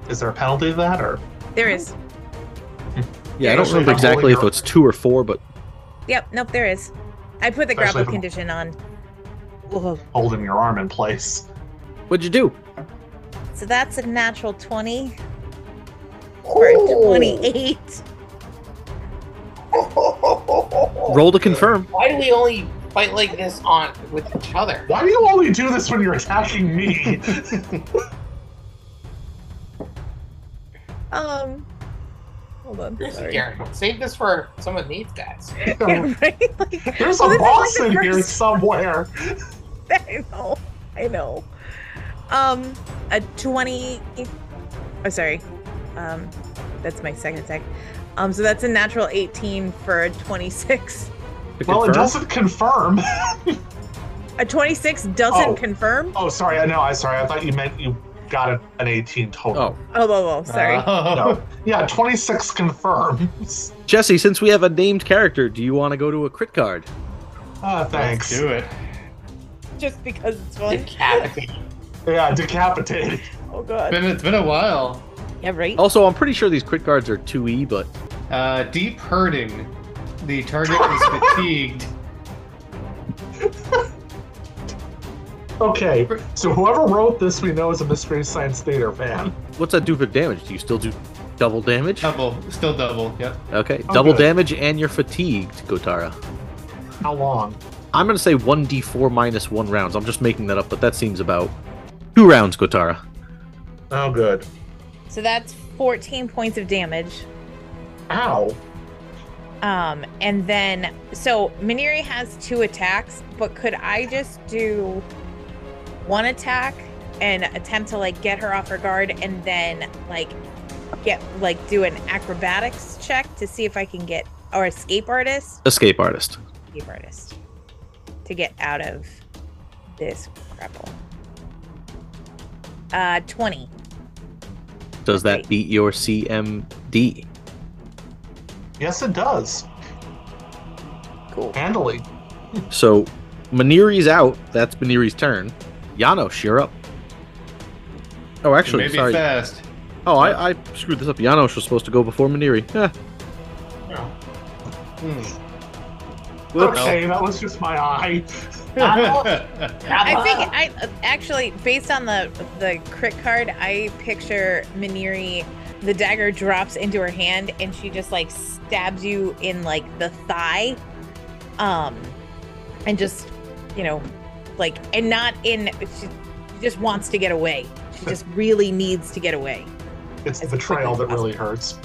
S5: Is there a penalty to that or
S1: There is.
S3: Yeah, I don't
S5: Especially
S3: remember
S5: if I'm
S3: exactly if
S5: holding
S3: it's two or four, but
S1: Yep. Nope. There is. I put the
S5: Especially
S1: grapple
S5: if I'm-
S1: condition on. Whoa.
S5: holding your arm in place?
S3: what'd you do?
S1: So that's a natural twenty or a twenty-eight.
S3: Roll to confirm.
S4: Why do we only fight like this on with each other?
S5: Why do you only do this when you're attacking me?
S1: Um. Hold on.
S4: Here's
S1: sorry.
S4: Garen. Save this for some of these guys.
S1: right? Like, well, this is
S5: There's a
S1: like the
S5: boss in here
S1: first-
S5: somewhere.
S1: I know. I know. Um, a 20. Oh, sorry. Um, that's my second attack. Um, so that's a natural 18 for a 26.
S3: To
S5: Well, it
S3: confirm?
S5: doesn't confirm.
S1: A 26 doesn't
S5: Oh.
S1: confirm?
S5: Oh, sorry. I know. I sorry. I thought you meant you got a- an 18 total.
S3: Oh,
S1: Oh, oh, oh, sorry.
S2: Ah.
S5: No. Yeah, 26 confirms.
S3: Jesse, since we have a named character, do you want to go to a crit card?
S5: Ah,
S2: Let's
S5: thanks.
S2: do it.
S1: Just because it's fun.
S4: Decapitate.
S5: Yeah, decapitated.
S1: Oh,
S2: It's
S1: God.
S2: been, it's been a while.
S1: Yeah, right?
S3: Also, I'm pretty sure these crit cards are 2e, but
S2: Uh, deep hurting. The target is fatigued.
S5: Okay, so whoever wrote this, we know is a Mystery Science Theater fan.
S3: what's that do for damage? Do you still do double damage?
S2: Double. Still double. Yep.
S3: Okay,
S5: Oh,
S3: double
S5: good.
S3: damage and you're fatigued, Gotara.
S5: How long?
S3: I'm going to say 1d4 minus 1 rounds. I'm just making that up, but that seems about 2 rounds, Gotara.
S5: Oh, good.
S1: So that's 14 points of damage.
S5: Ow.
S1: Um, and then so Maniri has two attacks, but could I just do one attack and attempt to like get her off her guard and then like get like do an acrobatics check to see if I can get or escape artist?
S3: Escape artist.
S1: Escape artist. To get out of this grapple. Uh twenty.
S3: Does that
S1: Great.
S3: beat your CMD?
S5: Yes, it does.
S1: Cool.
S5: Handily.
S3: So, Maniri's out. That's Maniri's turn. Janos, you're up. Oh, actually,
S2: Maybe
S3: sorry.
S2: fast.
S3: Oh, I, I screwed this up. Janos was supposed to go before Maniri. Eh,
S2: Hmm.
S3: whoops.
S5: Okay, that was just my eye.
S4: Grab
S1: I
S4: her.
S1: think I actually, based on the the crit card, I picture Maniri. The dagger drops into her hand, and she just like stabs you in like the thigh, um, and just you know, like, and not in. She, she just wants to get away. She just really needs to get away.
S5: It's
S1: As
S5: the betrayal
S1: quickly
S5: that
S1: as
S5: really hurts.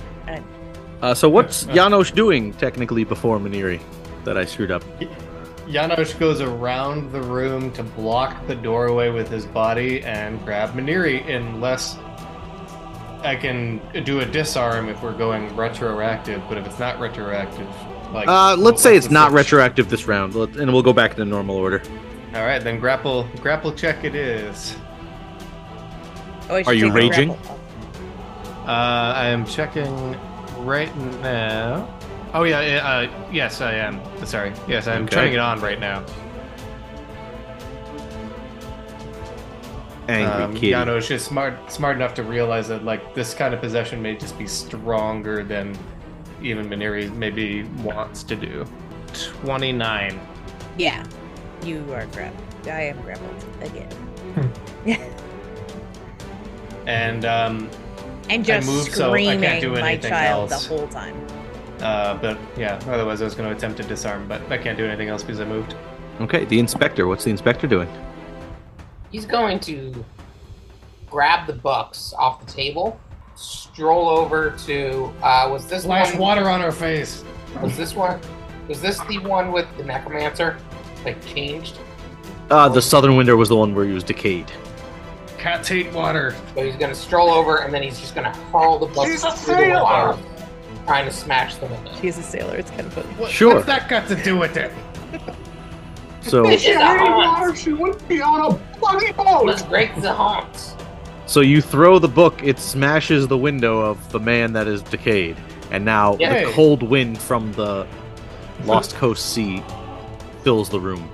S3: Uh, so what's
S2: Uh, uh.
S3: Janosch doing technically before Maniri that I screwed up?
S2: Janosch goes around the room to block the doorway with his body and grab Maniri, unless I can do a disarm if we're going retroactive. But if it's not retroactive, like
S3: Uh, let's
S2: what's
S3: say it's
S2: the
S3: not
S2: switch?
S3: retroactive this round, let- and we'll go back to normal order.
S2: All right, then grapple grapple check it is.
S1: Oh, I should
S3: Are you
S1: take a
S3: raging?
S1: grapple.
S2: Uh, I am checking right now. Oh yeah, yeah, uh, yes I am. Sorry, yes I'm
S3: Okay.
S2: turning it on right now.
S3: Angry
S2: um,
S3: kitty.
S2: Yano is just smart, smart enough to realize that like this kind of possession may just be stronger than even Maniri maybe wants to do. Twenty nine.
S1: Yeah, you are grappled. I am grappled again.
S2: And um,
S1: And just
S2: move, so I
S1: screaming
S2: can't do
S1: my
S2: anything
S1: child
S2: else.
S1: the whole time.
S2: uh, but yeah, otherwise I was going to attempt to disarm, but I can't do anything else because I moved.
S3: Okay, the inspector. What's the inspector doing?
S4: He's going to grab the books off the table, stroll over to uh, was this
S2: Splash
S4: one,
S2: water on her face.
S4: was this one was this the one with the necromancer like changed?
S3: Uh, the southern window was the one where he was decayed.
S2: Cat tape water.
S4: So he's gonna stroll over and then he's just gonna hurl the books
S5: He's a
S4: through the
S5: sailor!
S4: window, trying to smash the window.
S1: She's a sailor. It's kind of funny.
S2: What,
S3: Sure.
S2: What's that got to do with it?
S3: So,
S4: She's a haunt.
S5: she wouldn't be on a bloody boat.
S4: Let's break the haunts.
S3: so you throw the book. It smashes the window of the man that is decayed, and now
S2: Yay.
S3: the cold wind from the Lost Coast Sea fills the room.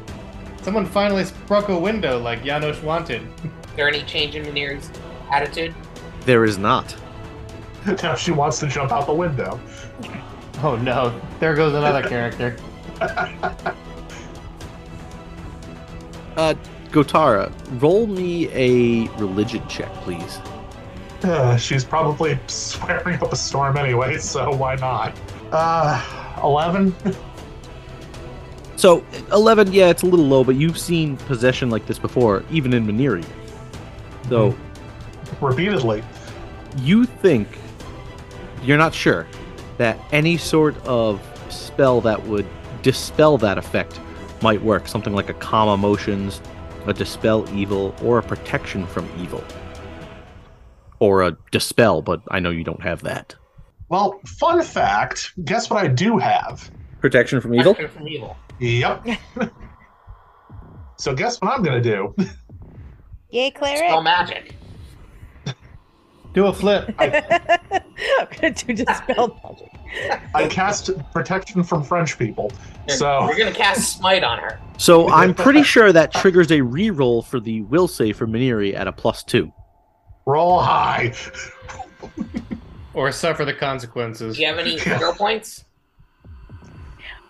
S2: Someone finally broke a window like Janosch wanted.
S4: Is there any change in Maniri's attitude?
S3: There is not.
S5: Now she wants to jump out the window.
S2: Oh no! There goes another character.
S3: Uh, Gotara, roll me a religion check, please.
S5: Uh, she's probably swearing up a storm anyway, so why not? Uh, 11?
S3: So, 11, yeah, it's a little low, but you've seen possession like this before, even in Maniri. So,
S5: Repeatedly.
S3: you think, you're not sure, that any sort of spell that would dispel that effect might work. Something like a calm emotions, a dispel evil, or a protection from evil. Or a dispel, but I know you don't have that.
S5: Well, fun fact guess what I do have?
S3: Protection from
S4: Protection From evil.
S5: Yep. so guess what I'm going to do?
S1: Yay,
S4: Spell
S1: cleric!
S4: magic.
S2: Do a flip.
S1: I'm gonna do dispel magic.
S5: I cast protection from French people. So,
S4: We're gonna cast smite on her.
S3: So I'm pretty sure that triggers a reroll for the will save for Maniri at a plus two.
S5: roll high.
S2: or suffer the consequences.
S4: Do you have any hero points?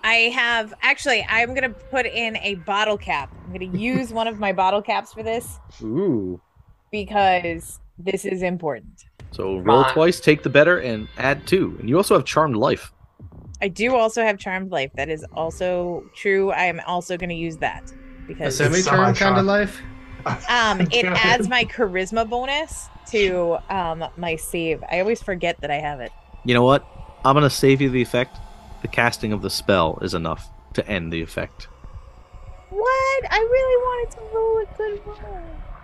S1: I have actually. I'm gonna put in a bottle cap. I'm gonna use one of my bottle caps for this
S3: Ooh.
S1: because this is important.
S3: So roll
S4: Fine.
S3: twice, take the better, and add two. And you also have charmed life.
S1: I do also have charmed life. That is also true. I am also gonna use that
S2: A
S1: because
S2: semi-term
S5: It's semi-charm.
S2: kind of life.
S1: um it
S5: Yeah.
S1: adds my charisma bonus to um my save. I always forget that I have it.
S3: You know what? I'm gonna save you the effect. The casting of the spell is enough to end the effect.
S1: What? I really wanted to roll a good roll.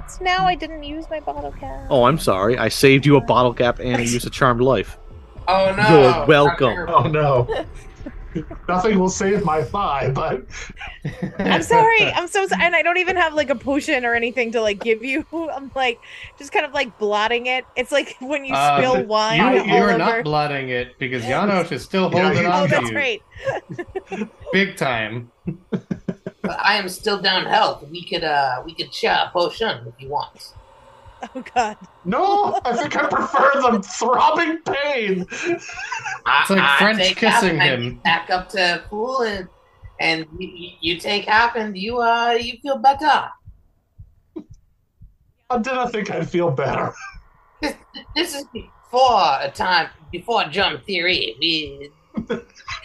S1: So now I didn't use my bottle cap.
S3: Oh, I'm sorry. I saved you a bottle cap and a use of charmed life.
S4: Oh no!
S3: You're
S4: not
S3: welcome.
S4: hero
S5: Oh, no. Nothing will save my thigh, but
S1: I'm sorry. I'm so sorry. And I don't even have like a potion or anything to like give you. I'm like just kind of like blotting it. It's like when you
S2: Uh,
S1: spill
S2: you-
S1: wine
S2: You,
S1: all
S2: you're
S1: over.
S2: not blotting it because Janosch is still
S5: Yeah,
S2: holding
S5: he-
S1: oh,
S2: on to
S1: that's
S2: you,
S1: right.
S2: big time.
S4: But I am still down health. We could uh we could share a potion if you want.
S1: Oh god.
S5: no, I think I prefer the throbbing pain.
S4: I,
S2: It's like
S4: I
S2: French
S4: take
S2: kissing
S4: half and I
S2: him.
S4: get Back up to pool and and you, you- you take half and you uh you feel better.
S5: How did I think I'd feel better?
S4: This is before a time before germ theory. We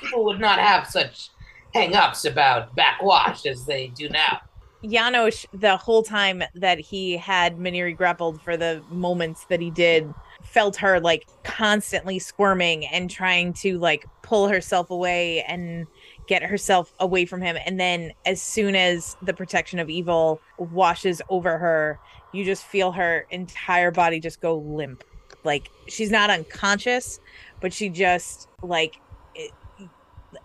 S4: people would not have such hang-ups about backwash as they do now.
S1: Janosch, the whole time that he had Maniri grappled for the moments that he did, felt her like constantly squirming and trying to like pull herself away and get herself away from him. And then as soon as the protection of evil washes over her, you just feel her entire body just go limp. Like she's not unconscious, but she just like it,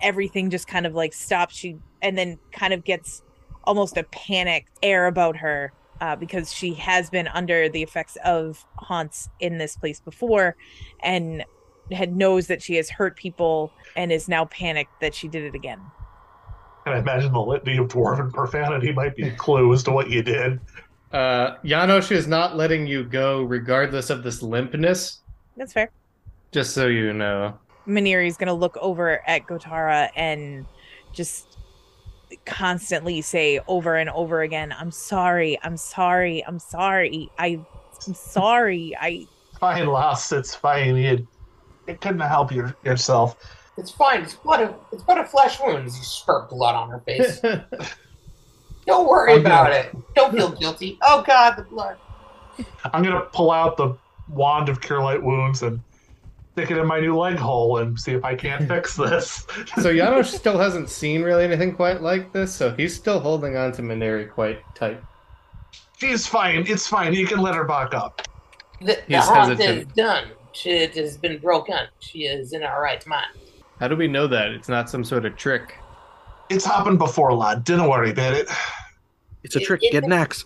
S1: everything just kind of like stops. She and then kind of gets almost a panicked air about her uh, because she has been under the effects of haunts in this place before and had knows that she has hurt people and is now panicked that she did it again.
S5: And I imagine the litany of dwarven profanity might be a clue as to what you did.
S2: Uh, Janosch is not letting you go, regardless of this limpness.
S1: That's fair.
S2: Just so you know.
S1: Maniri's gonna look over at Gotara and just constantly say over and over again, "I'm sorry, I'm sorry, I'm sorry, I, I'm sorry, I."
S5: Fine, lost. It's fine. You, you couldn't help your, yourself.
S4: It's fine. It's but a it's but a flesh wound. You spurt blood on her face. Don't worry
S5: Oh,
S4: about
S5: yeah.
S4: it. Don't feel guilty. Oh God, the blood.
S5: I'm gonna pull out the wand of cure light wounds and stick it in my new leg hole and see if I can't fix this.
S2: so Janosch still hasn't seen really anything quite like this, so he's still holding on to Maneri quite tight.
S5: She's fine. It's fine. You can let her back up.
S4: The, the
S2: He's
S4: haunt is
S2: hesitant.
S4: done. She it has been broken. She is in her right mind.
S2: How do we know that? It's not some sort of trick.
S5: It's happened before, lad. Don't worry about it.
S3: It's a
S4: It-
S3: trick.
S4: it-
S3: Get an axe.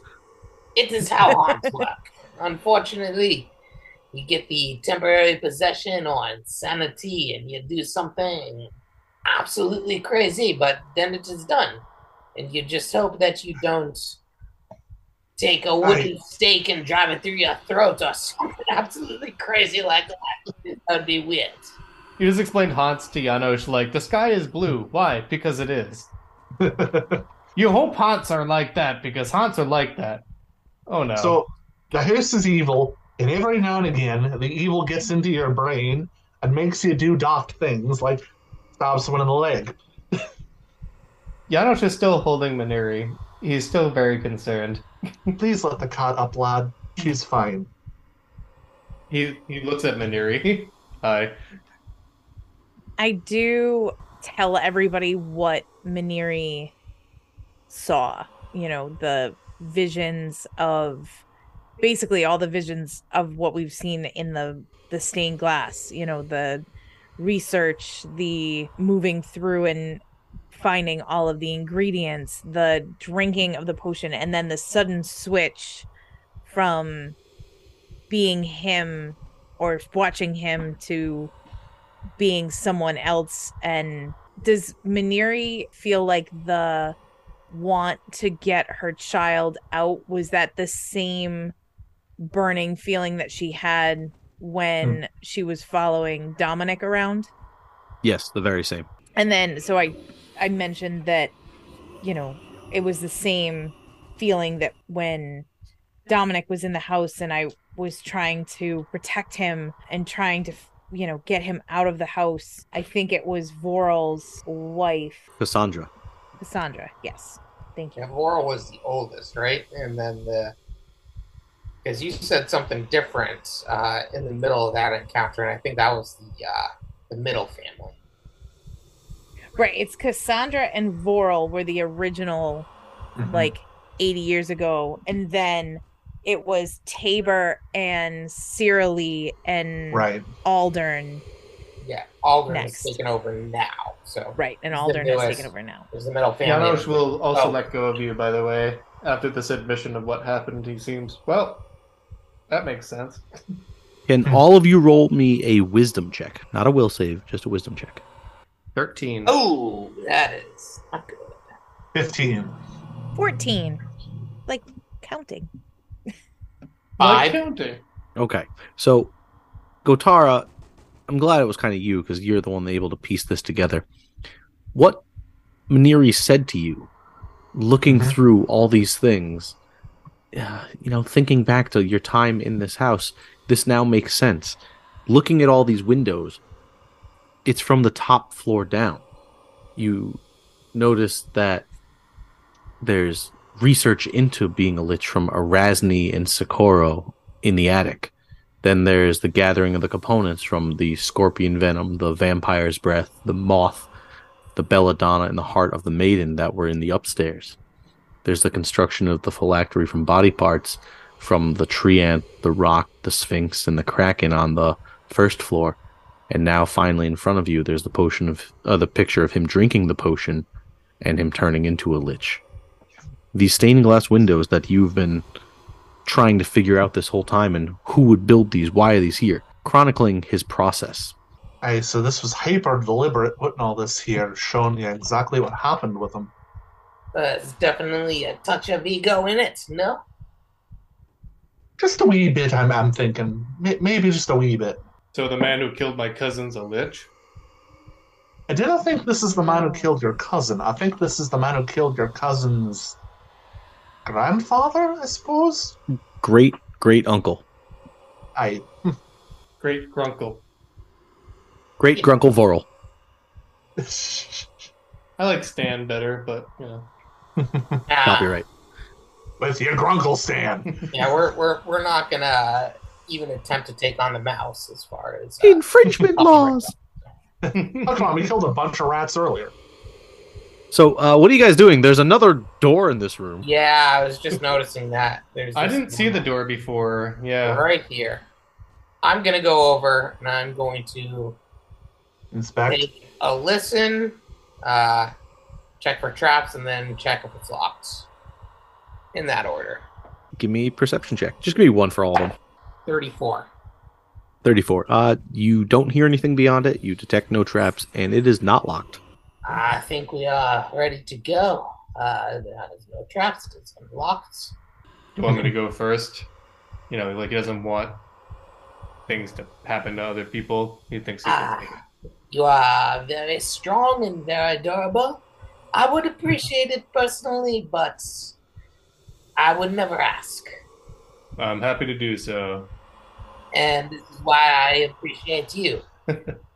S4: It is how haunts work. Unfortunately, you get the temporary possession or insanity, and you do something absolutely crazy, but then it is done. And you just hope that you don't take a wooden
S5: Right.
S4: stake and drive it through your throat or something absolutely crazy like that. That would be weird.
S2: You just explained Hans to Janosch like the sky is blue. Why? Because it is. You hope Hans are like that because Hans are like that. Oh no.
S5: So the house is evil, and every now and again, the evil gets into your brain and makes you do daft things like stab someone in the leg.
S2: Janosch is still holding Maneri. He's still very concerned.
S5: Please let the cat up, lad. She's fine.
S2: He he looks at Maneri. Hi.
S1: I do tell everybody what Maniri saw. You know, the visions of basically all the visions of what we've seen in the the stained glass, you know, the research, the moving through and finding all of the ingredients, the drinking of the potion and then the sudden switch from being him or watching him to being someone else and does Maniri feel like the want to get her child out was that the same burning feeling that she had when she was following Dominic around
S3: Yes, the very same.
S1: and then so I I mentioned that you know it was the same feeling that when Dominic was in the house and I was trying to protect him and trying to you know get him out of the house. I think it was Voral's wife,
S3: Cassandra.
S1: Cassandra. Yes. Thank you.
S4: Laura was the oldest, right? And then the because you said something different uh, in the middle of that encounter, and I think that was the uh, the middle family.
S1: Right, it's Cassandra and Voral were the original like 80 years ago and then it was Tabor and Cyrilie and
S5: right.
S1: Aldern
S4: Yeah, Aldrin
S1: Next.
S4: is taken over now, so
S1: Right, and
S4: It's the
S1: Aldern has
S4: newest.
S1: taken over now.
S4: there's the middle family.
S2: Janosch will also
S4: Oh.
S2: let go of you, by the way, after this admission of what happened. He seems well. That makes sense.
S3: Can all of you roll me a wisdom check? Not a will save, just a wisdom check.
S2: Thirteen.
S4: Oh, that is not good.
S5: 15.
S1: 14. Like counting.
S2: Like
S4: five.
S2: counting.
S3: Okay. So, Gotara, I'm glad it was kind of you because you're the one able to piece this together. What Maniri said to you, looking
S5: Mhm.
S3: through all these things, uh, you know, thinking back to your time in this house, this now makes sense. Looking at all these windows, it's from the top floor down. You notice that there's research into being a lich from Erasni and Socorro in the attic. Then there's the gathering of the components from the scorpion venom, the vampire's breath, the moth, the belladonna, and the heart of the maiden that were in the upstairs. There's the construction of the phylactery from body parts from the tree ant, the rock, the sphinx, and the kraken on the first floor. And now, finally, in front of you, there's the potion of uh, the picture of him drinking the potion and him turning into a lich. These stained glass windows that you've been trying to figure out this whole time and who would build these, why are these here? Chronicling his process.
S5: Aye, so this was hyper deliberate putting all this here, showing you exactly what happened with them.
S4: There's uh, definitely a touch of ego in it, no?
S5: Just a wee bit, I'm, I'm thinking. May- Maybe just a wee bit.
S2: So the man who killed my cousin's a lich.
S5: I do not think this is the man who killed your cousin. I think this is the man who killed your cousin's grandfather, I suppose?
S3: Great, great uncle.
S5: I
S2: Great grunkle.
S3: Great Grunkle Vorl.
S2: I like Stan better, but you know.
S4: Uh,
S3: Copyright.
S5: with your grunkle stand.
S4: yeah, we're, we're, we're not going to even attempt to take on the mouse as far as. uh,
S3: Infringement laws.
S5: Oh, come on, we killed a bunch of rats earlier.
S3: So, uh, what are you guys doing? There's another door in this room.
S4: Yeah, I was just noticing that. There's
S2: I
S4: this
S2: didn't see
S4: one
S2: the door before. Yeah.
S4: right here. I'm gonna go over and I'm going to
S5: Inspect.
S4: take a listen, uh, check for traps, and then check if it's locked. In that order,
S3: Give me a perception check. Just give me one for all of them.
S4: thirty-four.
S3: 34. Uh, you don't hear anything beyond it. You detect no traps, and it is not locked.
S4: I think we are ready to go. Uh, there's no traps. It's unlocked.
S2: Do you want me to go first? You know, like he doesn't want things to happen to other people. He thinks he can
S4: Ah.
S2: take it.
S4: You are very strong and very durable. I would appreciate it personally, but I would never ask.
S2: I'm happy to do so.
S4: and this is why I appreciate you.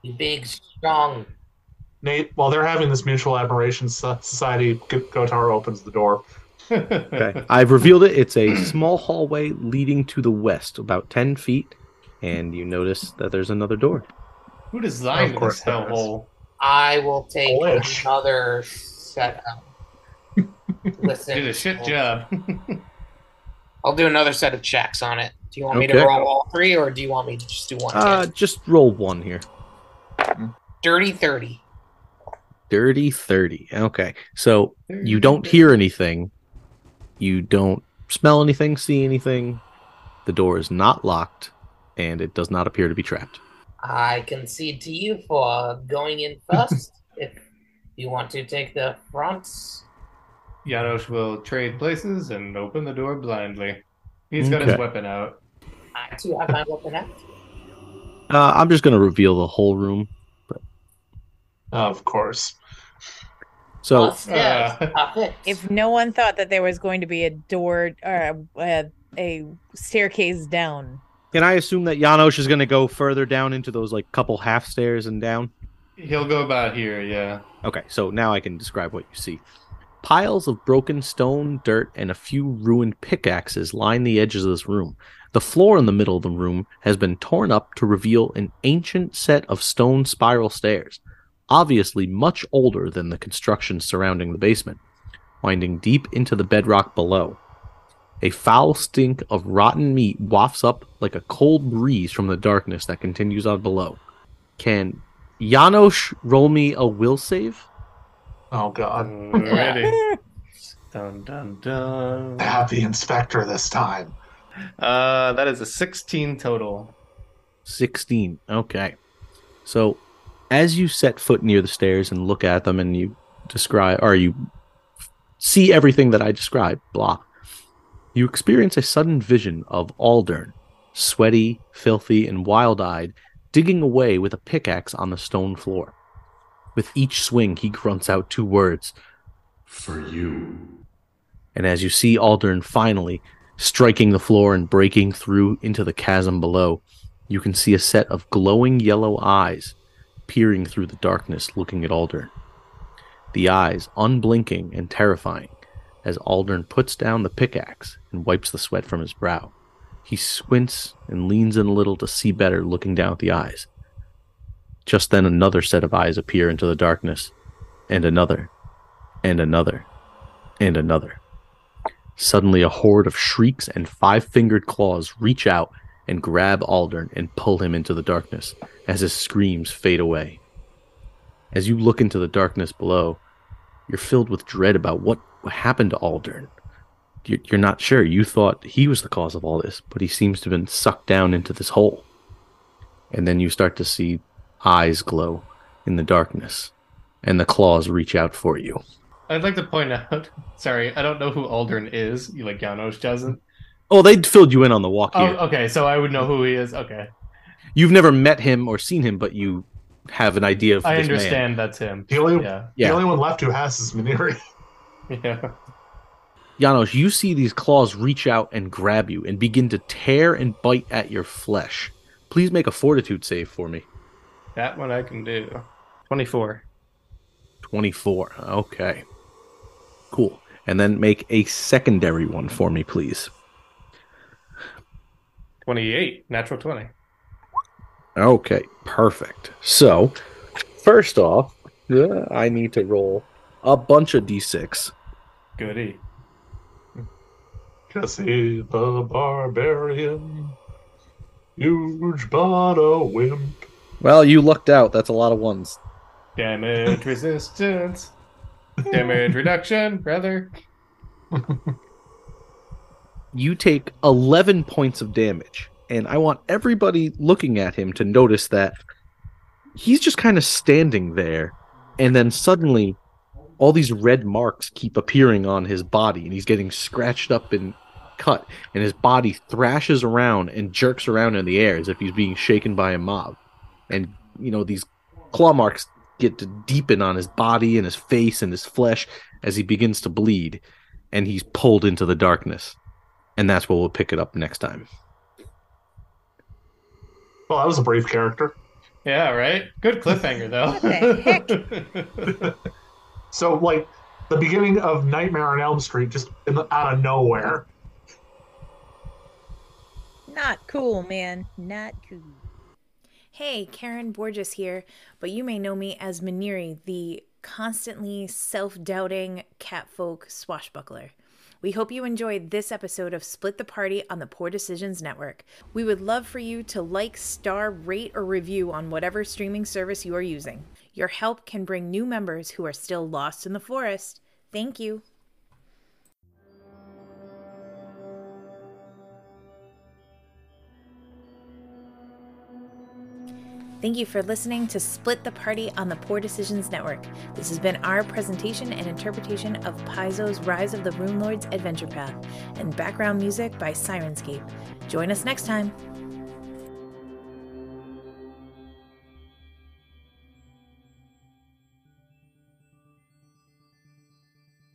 S4: you big, strong.
S5: Nate, while they're having this mutual admiration so- society, G- Gotar opens the door.
S3: Okay. I've revealed it. It's a small hallway leading to the west, about 10 feet, and you notice that there's another door.
S2: Who designed
S5: Of course
S2: this
S5: there is.
S2: hellhole?
S4: I will take
S5: Glitch.
S4: another set of. Listen,
S2: Did a shit job.
S4: I'll do another set of checks on it. Do you want me to
S3: Okay.
S4: roll all three, or do you want me to just do one?
S3: Uh, just roll one here.
S4: Dirty thirty.
S3: Dirty 30. Okay. So you don't hear anything. You don't smell anything, see anything. The door is not locked, and it does not appear to be trapped.
S4: I concede to you for going in first. if you want to take the front,
S2: Janosch will trade places and open the door blindly. He's got his
S3: Okay.
S2: weapon out.
S4: I too have my weapon out.
S3: Uh, I'm just going to reveal the whole room.
S5: Of course.
S3: So
S4: Upstairs,
S2: Ah.
S4: up it.
S1: If no one thought that there was going to be a door or a, a staircase down,
S3: Can I assume that Janosch is going to go further down into those like couple half stairs and down?
S2: He'll go about here, yeah.
S3: Okay, so now I can describe what you see. Piles of broken stone, dirt, and a few ruined pickaxes line the edges of this room. The floor in the middle of the room has been torn up to reveal an ancient set of stone spiral stairs, obviously much older than the construction surrounding the basement, winding deep into the bedrock below. A foul stink of rotten meat wafts up like a cold breeze from the darkness that continues on below. Can Janosch roll me a will save?
S5: Oh, God.
S2: Alrighty. dun dun dun.
S5: They have the inspector this time.
S2: Uh, that is a 16 total.
S3: 16. Okay. So, as you set foot near the stairs and look at them and you describe or you see everything that I described, blah, you experience a sudden vision of Aldern, sweaty, filthy, and wild eyed, digging away with a pickaxe on the stone floor. With each swing, he grunts out two words
S6: For you.
S3: and as you see Aldern finally striking the floor and breaking through into the chasm below, you can see a set of glowing yellow eyes peering through the darkness looking at Aldern. The eyes unblinking and terrifying as Aldern puts down the pickaxe and wipes the sweat from his brow. He squints and leans in a little to see better, looking down at the eyes. Just then, another set of eyes appear into the darkness, and another, and another, and another. Suddenly, a horde of shrieks and five fingered claws reach out and grab Aldern and pull him into the darkness as his screams fade away. As you look into the darkness below, you're filled with dread about what happened to Aldern. You- You're not sure. You thought he was the cause of all this, but he seems to have been sucked down into this hole. And then you start to see eyes glow in the darkness, and the claws reach out for you.
S2: I'd like to point out. Sorry, I don't know who Aldrin is. You like Janos doesn't.
S3: Oh, they filled you in on the walk here.
S2: Oh, okay. So I would know who he is. Okay,
S3: You've never met him or seen him, but you have an idea of
S2: I
S3: this man.
S2: understand that's him.
S5: The only
S2: Yeah,
S3: Yeah.
S5: the only one left who has is Maniri.
S2: yeah.
S3: Janos, you see these claws reach out and grab you and begin to tear and bite at your flesh. Please make a fortitude save for me.
S2: That one I can do. Twenty-four.
S3: 24. Okay. Cool. And then make a secondary one for me, please.
S2: 28. Natural twenty.
S3: Okay, perfect. So, first off, uh, I need to roll a bunch of d6.
S2: Goody.
S5: Jesse the Barbarian. Huge but a wimp.
S3: Well, you lucked out. That's a lot of ones.
S2: Damage resistance. Damage reduction, brother.
S3: you take 11 points of damage and i want everybody looking at him to notice that he's just kind of standing there and then suddenly all these red marks keep appearing on his body and he's getting scratched up and cut and his body thrashes around and jerks around in the air as if he's being shaken by a mob and you know these claw marks get to deepen on his body and his face and his flesh as he begins to bleed and he's pulled into the darkness and that's where we'll pick it up next time.
S5: Well, that was a brave character.
S2: Yeah, right? Good cliffhanger, though.
S7: What the
S5: So, like, the beginning of Nightmare on Elm Street, just in the, out of nowhere.
S7: Not cool, man. Not cool.
S1: Hey, Karen Borges here, but you may know me as Maniri, the constantly self doubting catfolk swashbuckler. We hope you enjoyed this episode of Split the Party on the Poor Decisions Network. We would love for you to like, star, rate, or review on whatever streaming service you are using. Your help can bring new members who are still lost in the forest. Thank you. Thank you for listening to Split the Party on the Poor Decisions Network. This has been our presentation and interpretation of Paizo's Rise of the Rune Lords Adventure Path and background music by Sirenscape. Join us next time.